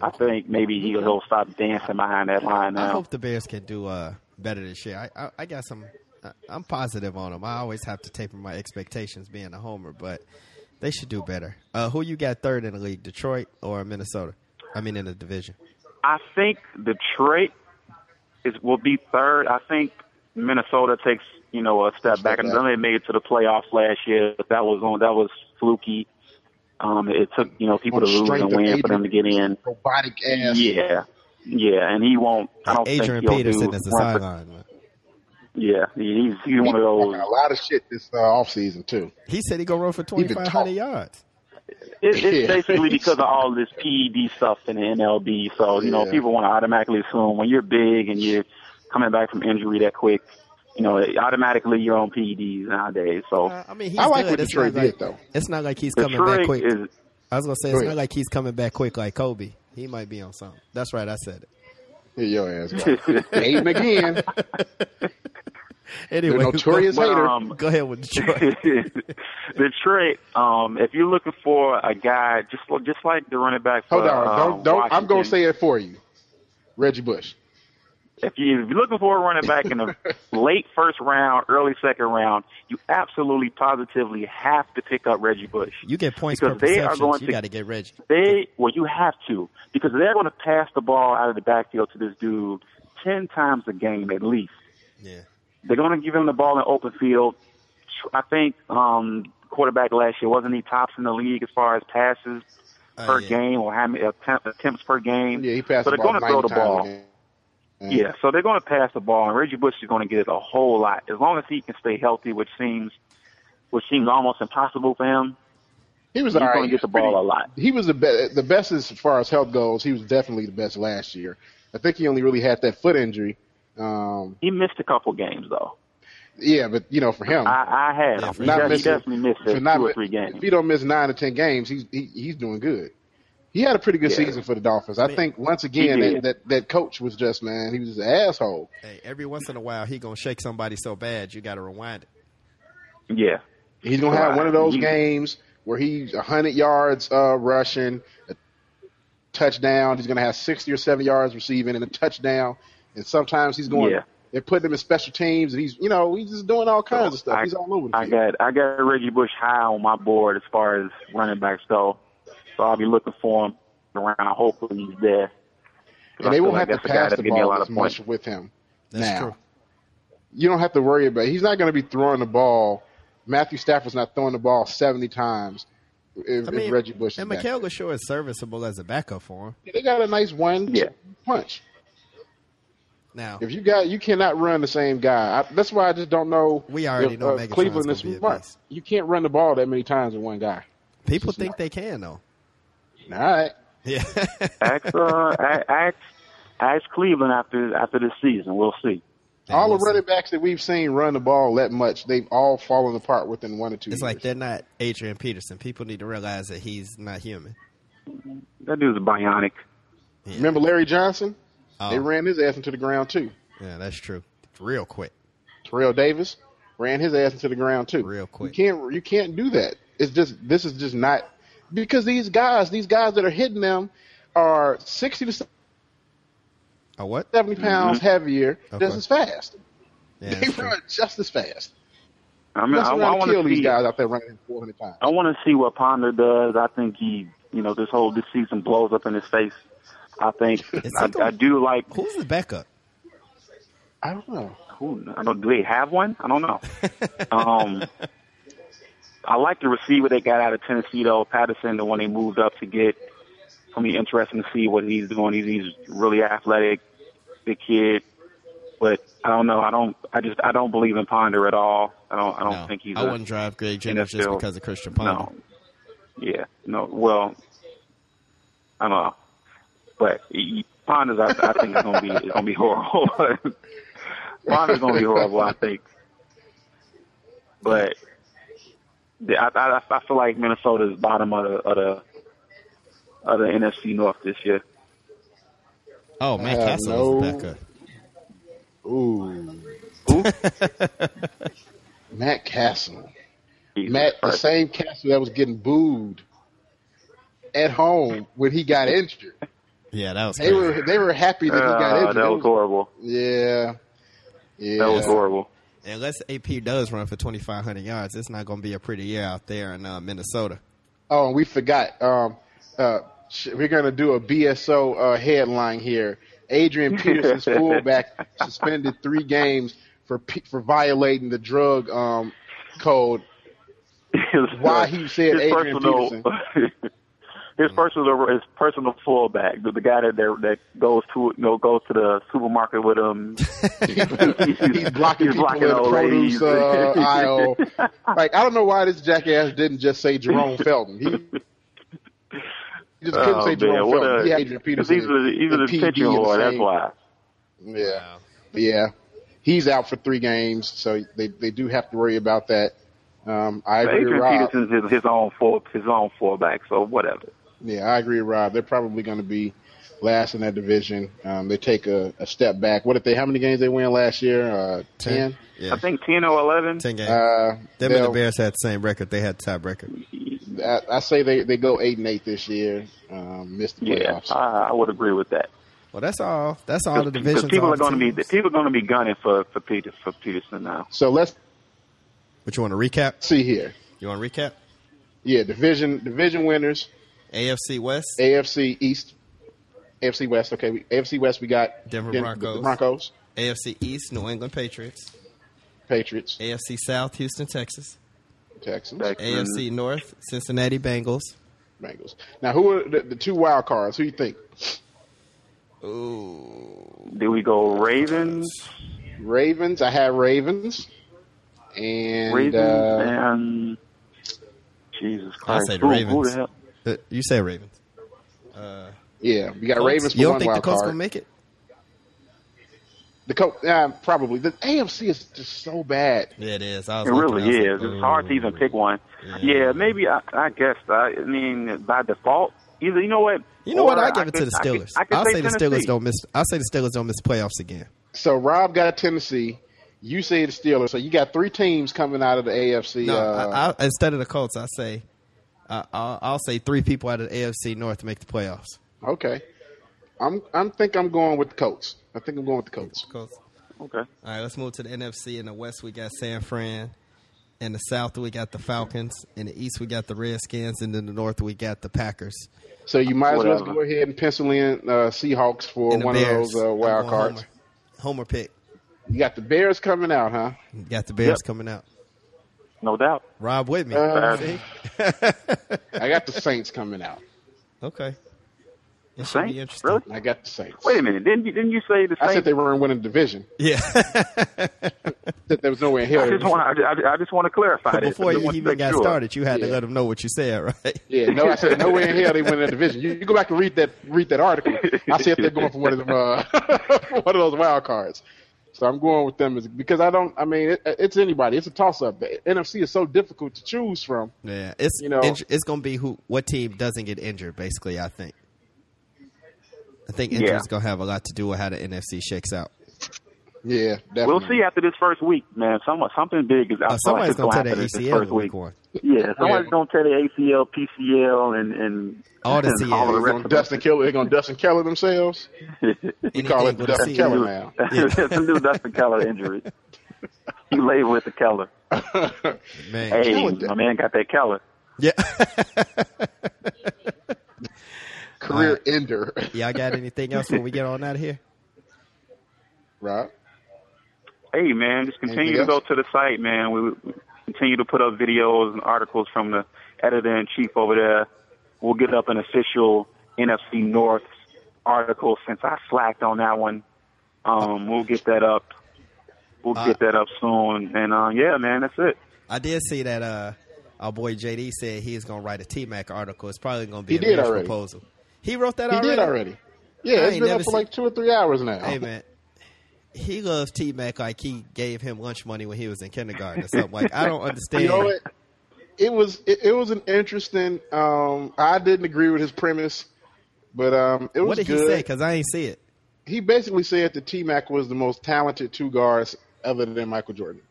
C: I think maybe he'll, he'll stop dancing behind that line
B: I
C: now.
B: hope the Bears can do uh, better this year. I, I, I got some. I, I'm positive on them. I always have to taper my expectations being a homer, but they should do better. Uh, who you got third in the league, Detroit or Minnesota? I mean, in the division.
C: I think Detroit is will be third. I think Minnesota takes you know a step back. And then they made it to the playoffs last year, but that was on that was fluky. Um, it took you know people
A: On
C: to
A: the
C: lose
A: strength
C: and
A: of
C: win for them to get in.
A: Robotic ass.
C: Yeah, yeah, and he won't. I don't
B: Adrian
C: think he'll
B: Peterson
C: do
B: is the
C: one for-
B: sideline. man.
C: Yeah, he's he's
A: He's
C: one of those.
A: talking a lot of shit this uh, off season too.
B: He said he gonna run for
A: been
B: 2,500
A: talking.
B: yards.
C: It,
A: Yeah.
C: it's basically because of all this PED stuff in the NLB. So, you know,
A: Yeah.
C: people want to automatically assume when you're big and you're coming back from injury that quick, you know, automatically you're on PEDs E nowadays. So,
B: Uh, I mean, he's
A: I like
B: good.
A: what
B: it's
A: Detroit
B: not
A: did,
B: like,
A: though.
B: It's not like he's coming back
C: Detroit
B: quick.
C: is, (laughs)
B: I was gonna say
A: Go
B: it's
A: ahead.
B: not like he's coming back quick like Kobe. He might be on something. That's right. I said it.
A: Here your ass go.
C: (laughs)
A: Aiden again.
B: Anyway,
A: notorious
B: go,
A: hater.
C: Um,
B: go ahead with Detroit.
C: Detroit, um, if you're looking for a guy, just just like the running back. For,
A: Hold on.
C: uh,
A: Don't don't I'm gonna
C: Washington,
A: say it for you. Reggie Bush.
C: if, you, if you're looking for a running back
A: (laughs)
C: in the late first round, early second round, you absolutely positively have to pick up Reggie Bush.
B: You get points
C: Because
B: per
C: they are
B: reception.
C: going
B: You
C: to-
B: got to get Reggie.
C: They well, you have to because they're going to pass the ball out of the backfield to this dude ten times a game at least.
B: Yeah.
C: They're going to give him the ball in open field. I think um, quarterback last year wasn't he tops in the league as far as passes
B: Uh,
C: per
B: yeah.
C: game or how many attempt, attempts per game.
A: Oh, Yeah, he passed
C: So
A: the
C: they're
A: ball
C: going to throw
A: 90
C: the
A: times a
C: ball.
A: game.
C: Yeah, so they're going to pass the ball, and Reggie Bush is going to get it a whole lot as long as he can stay healthy, which seems which seems almost impossible for him.
A: He was
C: He's
A: all right.
C: going to get the ball a lot.
A: He was the best. The best as far as health goes. He was definitely the best last year. I think he only really had that foot injury. Um,
C: He missed a couple games though.
A: yeah, but you know, for him,
C: I, I had him.
B: for
C: He,
A: not
C: def- he
A: missing-
C: definitely missed
A: for
C: it,
A: not
C: two or
A: mi-
C: three games.
A: if he don't miss nine or ten games, he's he, he's doing good. He had a pretty good
C: Yeah.
A: season for the Dolphins. I think once again
C: He
A: that,
C: did.
A: that that coach was just man, he was an asshole.
B: Hey, every once in a while he gonna shake somebody so bad you gotta rewind it.
C: Yeah.
A: He's gonna have
C: Right.
A: one of those
C: He-
A: games where he's hundred yards uh, rushing, a touchdown. He's gonna have sixty or seven yards receiving and a touchdown. And sometimes he's going.
C: Yeah.
A: They're putting him in special teams, and he's you know he's just doing all kinds of stuff.
C: I-
A: he's all over the
C: I
A: field.
C: got I got Reggie Bush high on my board as far as running backs go, so I'll be looking for him around. Hopefully he's there. 'Cause I
A: and they
C: feel
A: won't
C: like
A: have to
C: that's a guy
A: pass
C: that'll
A: the
C: give me a
A: ball
C: lot
A: as
C: of points.
A: much with him.
B: That's
A: now.
B: true.
A: You don't have to worry about. He's not going to be throwing the ball. Matthew Stafford's not throwing the ball seventy times. If,
B: I
A: if
B: mean,
A: Reggie Bush is
B: and
A: back.
B: Mikael Gashore is serviceable as a backup for him.
A: they got a nice one
C: Yeah.
A: punch.
B: Now
A: If you got, you cannot run the same guy. I, that's why I just don't know.
B: We already
A: if, uh,
B: know Megatron's
A: Cleveland is
B: gonna be a
A: smart.
B: beast.
A: You can't run the ball that many times with one guy.
B: people think they can though. (laughs)
A: All right.
B: Yeah.
C: Ask, uh, a- ask, ask Cleveland after after the season. We'll see.
A: (laughs) all the
B: Listen,
A: running backs that we've seen run the ball that much, they've all fallen apart within one or two. years.
B: It's like they're not Adrian Peterson. People need to realize that he's not human.
C: That dude's bionic.
A: Remember Larry Johnson?
B: Oh,
A: They ran his ass into the ground too.
B: yeah, that's true. Real quick.
A: Terrell Davis ran his ass into the ground too.
B: Real quick.
A: You can't you can't do that. It's just this is just not because these guys, these guys that are hitting them are sixty to
B: A what?
A: seventy pounds heavier,
B: Mm-hmm. Okay.
A: just as fast. (laughs)
B: Yeah,
A: they
B: that's true.
A: run just as fast.
C: I mean,
A: That's I,
C: I, I
A: want to kill
C: want to
A: these
C: see. Oh.
A: guys out there running four hundred times.
C: I want to see what Ponder does. I think he, you know, this whole this season blows up in his face.
A: (laughs)
C: I think
B: he
C: I,
B: gonna-
C: I do like.
B: Who's the backup?
A: I don't know.
C: Who, I don't. Do they have one? I
B: (laughs)
C: don't know. um, I like the receiver they got out of Tennessee though, Patterson, the one they moved up to get. It's gonna be interesting to see what he's doing. He's, he's really athletic, big kid, but I don't know. I don't. I just I don't believe in Ponder at all. I don't. I don't
B: no.
C: think he's.
B: I
C: a-
B: wouldn't drive Greg Jennings just
C: NFL.
B: because of Christian Ponder.
C: No. Yeah. No. Well, I don't know, but y- y- Ponder's I, I think it's gonna be it's gonna be horrible. (laughs) Ponder's gonna be horrible, I think. But yeah, I, I I feel like Minnesota's bottom of the of the, of the NFC North this year.
B: Oh, Matt
A: have
B: Castle is
A: no-
B: the backup.
A: Ooh.
B: (laughs)
C: Who?
A: Matt Castle.
C: Jesus
A: Matt, the
C: Christ.
A: same Castle that was getting booed at home when he got injured.
B: Yeah, that was
A: They
B: crazy.
A: were they were happy that he got
C: Ah,
A: injured.
C: that
A: It
C: was horrible.
A: Yeah. Yeah.
C: That was horrible.
B: Unless AP does run for 2,500 yards, it's not going to be a pretty year out there in uh, Minnesota.
A: Oh, and we forgot. Um, uh, sh- we're gonna do a BSO uh, headline here.
C: (laughs)
A: Adrian Peterson's fullback suspended three games for pe- for violating the drug um,
C: (laughs)
A: code. Why he said
C: his
A: Adrian
C: personal, (laughs) his personal, his personal fullback, the, the guy that that that goes to you know, goes to the supermarket with him.
A: He's blocking
C: He's
A: people
C: blocking
A: in the
C: old
A: produce
C: ladies.
A: uh, aisle.
C: (laughs)
A: Like I don't know why this jackass didn't just say Jerome Felton. He, he just (laughs) couldn't
C: Oh,
A: say
C: man,
A: Jerome
C: what
A: Felton.
C: a-
A: he had Adrian
C: Because
A: Peterson.
C: he's a, he's an
A: and PB
C: attention
A: in the
C: whore. That's
A: same-
C: why.
A: Yeah. Yeah, he's out for three games, so they they do have to worry about that. Um, I agree, with
C: Adrian
A: Rob.
C: Peterson's his, his own full his own fullback, so whatever.
A: Yeah, I agree, with Rob. They're probably going to be last in that division. Um, they take a, a step back. What if they? How many games they win last year? Uh, Ten.
B: Yeah,
C: I think ten or eleven.
B: 10 games.
A: Uh,
B: Them and the
A: they'll-
B: Bears had the same record. They had the tie record.
A: I, I say they, they go eight and eight this year. Um, miss the
C: Yeah,
A: playoffs.
C: I, I would agree with that.
B: Well, that's all. That's all the divisions.
C: Because people
B: all
C: are
B: the
C: going to be
B: teams.
C: people are going to be gunning for for Peter for Peterson now.
A: so let's
B: But you want to recap?
A: see here.
B: You want to recap?
A: Yeah, division division winners.
B: AFC West.
A: AFC East, AFC West. Okay, we, AFC West. We got
B: Denver
A: Den-
B: Broncos.
A: the Broncos,
B: AFC East, New England Patriots.
A: Patriots,
B: AFC South, Houston, Texas.
A: Texans.
C: Texans.
B: AFC North, Cincinnati Bengals.
A: Bengals. Now, who are the, the two wild cards? Who you think?
B: Ooh.
C: Do we go Ravens?
A: Ravens. I have Ravens. And
C: Ravens
A: uh,
C: and Jesus Christ.
B: say the
C: who, Who
B: Ravens.
C: the hell?
B: Uh, You say Ravens.
A: yeah, we got Ravens for
B: You don't
A: one
B: think the
A: wild
B: Colts
A: card.
B: gonna make it?
A: the Colts, uh, probably. The AFC is just so bad.
B: Yeah, it is. I was
C: It
B: looking,
C: really
B: I
C: is.
B: was like,
C: It's hard to even pick one.
B: Yeah.
C: Yeah, maybe I, I guess. uh, I, I mean, by default, either you know what?
B: You know what?
C: Or
B: I give it to
C: could-
B: the
C: I could-
B: Steelers.
C: I could
B: will say the
C: Tennessee.
B: Steelers don't miss. I'll say the Steelers don't miss playoffs again.
A: So Rob got Tennessee. You say the Steelers. So you got three teams coming out of the AFC.
B: No,
A: uh,
B: I, I, instead of the Colts, I say I, I'll, I'll say three people out of the AFC North make the playoffs.
A: okay. I'm. I'm think I'm going with the Colts. I think I'm going with the Colts.
B: Colts.
C: Okay.
B: All right, let's move to the NFC. In the West, we got San Fran. In the South, we got the Falcons. In the East, we got the Redskins. And in the North, we got the Packers.
A: So you might as well
C: Whatever.
A: go ahead and pencil in uh, Seahawks for
B: And the
A: one
B: Bears.
A: of those uh,
B: I'm
A: wild
B: going
A: cards.
B: Homer. Homer pick.
A: You got the Bears coming out, huh?
B: Got the Bears
C: Yep.
B: coming out.
C: No doubt.
B: Rob Whitman.
A: Uh,
B: See?
A: I got the Saints coming out.
B: Okay. It should be
C: Saints?
B: interesting.
C: Really?
A: I got the Saints.
C: Wait a minute. Didn't you, didn't you say the
A: I said
C: Saints?
A: they weren't winning the division.
B: Yeah.
A: That there was no way in hell.
C: I
A: they
C: just
A: were-
C: want I, I just want to clarify this.
B: Before
C: I
B: you
C: just want to
B: even
C: make
B: got
C: sure.
B: started, you had to
A: Yeah.
B: let them know what you said, (laughs) right?
A: Yeah, no, I said no way in hell they winning that division. You, you go back and read that read that article. I said they're going for one of them uh, (laughs) one of those wild cards. So I'm going with them is- because I don't. I mean, it, it's anybody. It's a toss up. The NFC is so difficult to choose from.
B: Yeah, it's
A: You know-
B: inj- it's gonna be who what team doesn't get injured. Basically, I think. I think
C: Yeah.
B: injuries gonna have a lot to do with how the NFC shakes out. Uh,
A: Yeah, definitely.
C: We'll see after this first week, man. Someone, something big is. I
B: Uh,
C: feel like
B: somebody's
C: it's
B: gonna E tear
C: gonna
B: their
C: happen this
B: ACL
C: first
B: in week
C: week.
B: one.
C: Yeah, somebody's
A: Yeah.
C: gonna tear the ACL, PCL, and and
B: All the
C: and
B: CLs.
C: all the
A: They're
C: rest
A: going
C: of
A: Dustin Keller. They're going Dustin Keller
C: (laughs)
A: themselves. We call it
B: Anything with E a
A: Dustin
B: CL.
A: Keller
C: them.
A: now.
C: (laughs) It's a new Dustin Keller injury. He labeled with the Keller.
B: Man.
C: Hey,
A: Keller did-
C: my man got that Keller.
B: Yeah.
A: Career ender, (laughs)
B: Y'all got anything else when we get on out of here?
A: right?
C: Hey, man, just continue
A: Anything
C: to go
A: else?
C: to the site, man. We we continue to put up videos and articles from the editor in chief over there. We'll get up an official NFC North article since I slacked on that one. Um, we'll get that up. We'll
B: Uh,
C: get that up soon. And uh, yeah, man, that's it.
B: I did see that uh, our boy JD said he's gonna write a T Mac article. It's probably gonna
A: He
B: be a
A: did
B: marriage
A: already.
B: proposal. He wrote that
A: He
B: already.
A: did already. Yeah,
B: I
A: it's
B: ain't
A: been
B: never
A: up for
B: seen-
A: like two or three hours now.
B: Hey man, he loves T Mac like he gave him lunch money when he was in kindergarten or something. Like I don't understand.
A: (laughs) You know what? It was it, it was an interesting. Um, I didn't agree with his premise, but um, it was
B: What did
A: good.
B: he say? Because I ain't see it.
A: He basically said that T Mac was the most talented two guards other than Michael Jordan,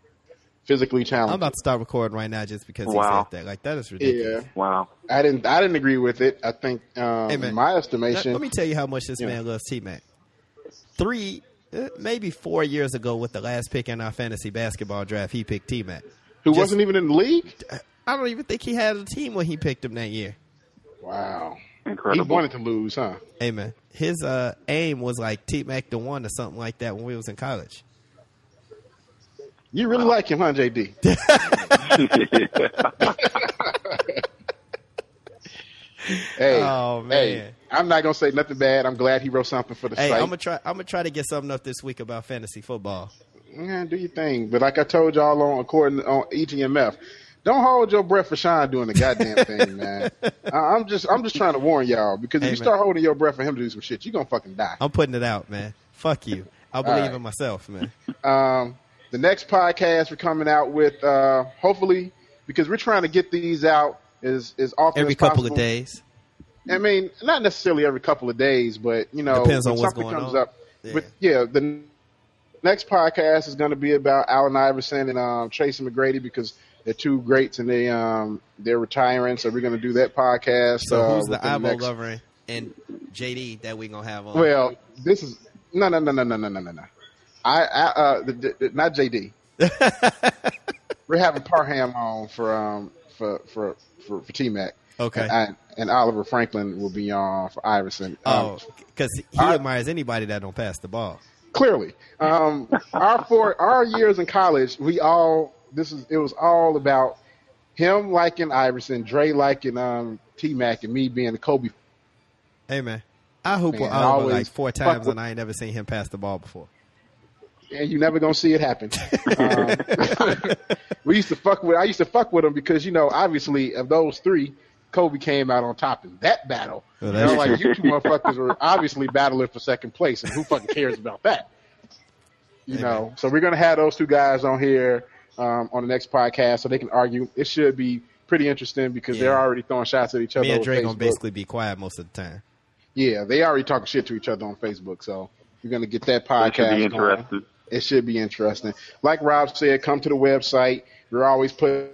A: physically
B: I'm
A: talented.
B: about to start recording right now just because
C: Wow.
B: he said that. Like that is
A: yeah,
B: ridiculous.
C: Wow.
A: I didn't I didn't agree with it. I think um,
B: Hey, man.
A: in my
B: Let,
A: estimation,
B: let me tell you how much this
A: Yeah.
B: man loves T Mac. Three, uh, maybe four years ago, with the last pick in our fantasy basketball draft, he picked T Mac.
A: who
B: just-
A: wasn't even in the league.
B: I don't even think he had a team when he picked him that year.
A: Wow,
C: Incredible.
A: he wanted to lose, huh?
B: Hey man, his uh, aim was like T Mac the one or something like that when we was in college.
A: You really like him, huh,
B: (laughs)
A: JD? Hey,
B: Oh,
A: hey,
B: man.
A: I'm not gonna say nothing bad. I'm glad he wrote something for the
B: Hey,
A: site.
B: I'm gonna try. I'm gonna try to get something up this week about fantasy football.
A: Yeah, do your thing. But like I told y'all on according on E EGMF, don't hold your breath for Sean doing the goddamn thing,
B: (laughs)
A: man. I, I'm just I'm just trying to warn y'all because
B: Hey,
A: if you
B: man.
A: start holding your breath for him to do some shit, you're gonna fucking die.
B: I'm putting it out, man. Fuck you. I believe
A: right.
B: in myself, man.
A: Um, the next podcast we're coming out with, uh, hopefully, because we're trying to get these out as as often
B: Every
A: as
B: couple
A: possible.
B: of days.
A: I mean, not necessarily every couple of days, but you know,
B: Depends on
A: when
B: what's
A: something
B: going
A: comes
B: on.
A: up. But yeah, the n- next podcast is going to be about Allen Iverson and um, Tracy McGrady because they're two greats and they um they're retiring, so we're going to do that podcast.
B: So
A: uh,
B: who's the
A: within
B: eyeball
A: next-
B: lover and JD that we gonna have on?
A: Well, this is no, no, no, no, no, no, no, no, no. I, I uh, the, the, the- not
B: (laughs)
A: JD. we're having Parham on for um for for for, for T Mac.
B: Okay.
A: And, I, and Oliver Franklin will be on for Iverson. Um,
B: oh, because he
A: I-
B: admires anybody that don't pass the ball.
A: clearly um, our four our years in college we all this is it was all about him liking Iverson, Dre liking um, T Mac, and me being a Kobe.
B: Hey man, I hoop with
A: Man,
B: Oliver
A: always
B: like four
A: fuck
B: times
A: with-
B: and I ain't never seen him pass the ball before.
A: And you never gonna see it happen. Um, (laughs) we used to fuck with I used to fuck with him because you know obviously of those three, Kobe came out on top in that battle.
B: Well,
A: you know,
B: Oh, that's
A: like you two motherfuckers were obviously battling for second place, and who fucking cares about that? You
B: Amen.
A: know, so we're gonna have those two guys on here um, on the next podcast, so they can argue. It should be pretty interesting because they're
B: Yeah.
A: already throwing shots at each other.
B: Me and
A: on
B: Dre gonna
A: Facebook.
B: basically be quiet most of the time.
A: yeah, they already talking shit to each other on Facebook, so we're gonna get that podcast.
C: That should be
A: going.
C: interesting.
A: It should be interesting. Like Rob said, come to the website. We're always putting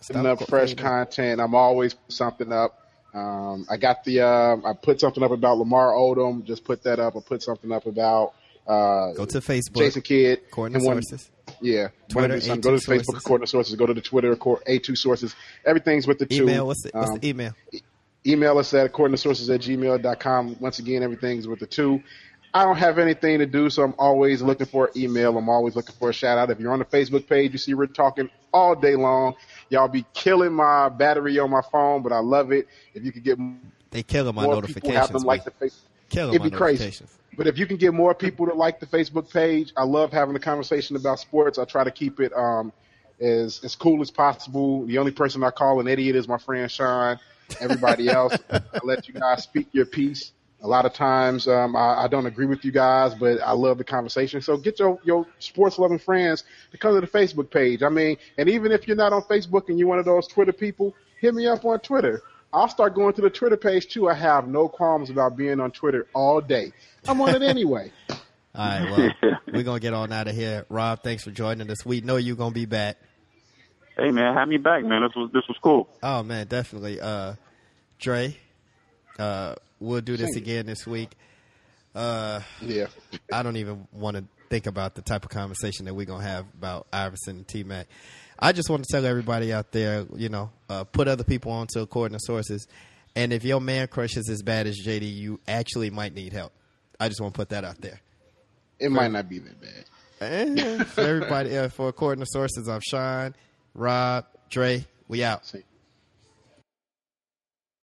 B: Stop
A: up fresh
B: complaining.
A: content. I'm always putting something up. Um, I got the uh, I put something up about Lamar Odom. Just put that up. I put something up about uh,
B: Go to Facebook.
A: Jason Kidd.
B: According to
A: and one-
B: sources.
A: Yeah.
B: Twitter,
A: Wanna do something,
B: A2
A: go to
B: sources.
A: Facebook, according to sources. Go to the Twitter, accor- A2 sources. Everything's with the two.
B: Email. What's the, what's
A: Um,
B: the email?
A: email us at according to sources at gmail.com. Once again, everything's with the two. I don't have anything to do, so I'm always looking for an email. I'm always looking for a shout out. If you're on the Facebook page, you see we're talking all day long. Y'all be killing my battery on my phone, but I love it. If you could get
B: They kill them on
A: more people
B: notifications.
A: have them like the
B: man.
A: face.
B: Kill 'em
A: It'd
B: on
A: be crazy.
B: notifications.
A: But if you can get more people to like the Facebook page, I love having a conversation about sports. I try to keep it um, as as cool as possible. The only person I call an idiot is my friend Sean. Everybody else, I let you guys speak your piece. A lot of times, um, I, I don't agree with you guys, but I love the conversation. So get your your sports loving friends to come to the Facebook page. I mean, and even if you're not on Facebook and you're one of those Twitter people, hit me up on Twitter. I'll start going to the Twitter page too. I have no qualms about being on Twitter all day. I'm on it anyway.
B: All right, well, we're gonna get on out of here. Rob, thanks for joining us. We know you're gonna be back.
C: Hey man, have me back, man. This was this was cool.
B: Oh man, definitely. Uh, Dre, uh, we'll do this again this week. Uh,
A: Yeah.
B: I don't even want to think about the type of conversation that we're gonna have about Iverson and T Mac. I just want to tell everybody out there, you know, uh, put other people onto according to sources. And if your man crush is as bad as JD, you actually might need help. I just want to put that out there.
A: It might not be that bad.
B: Eh, for everybody, uh, for according to sources, I'm Sean, Rob, Dre. We out.
A: See.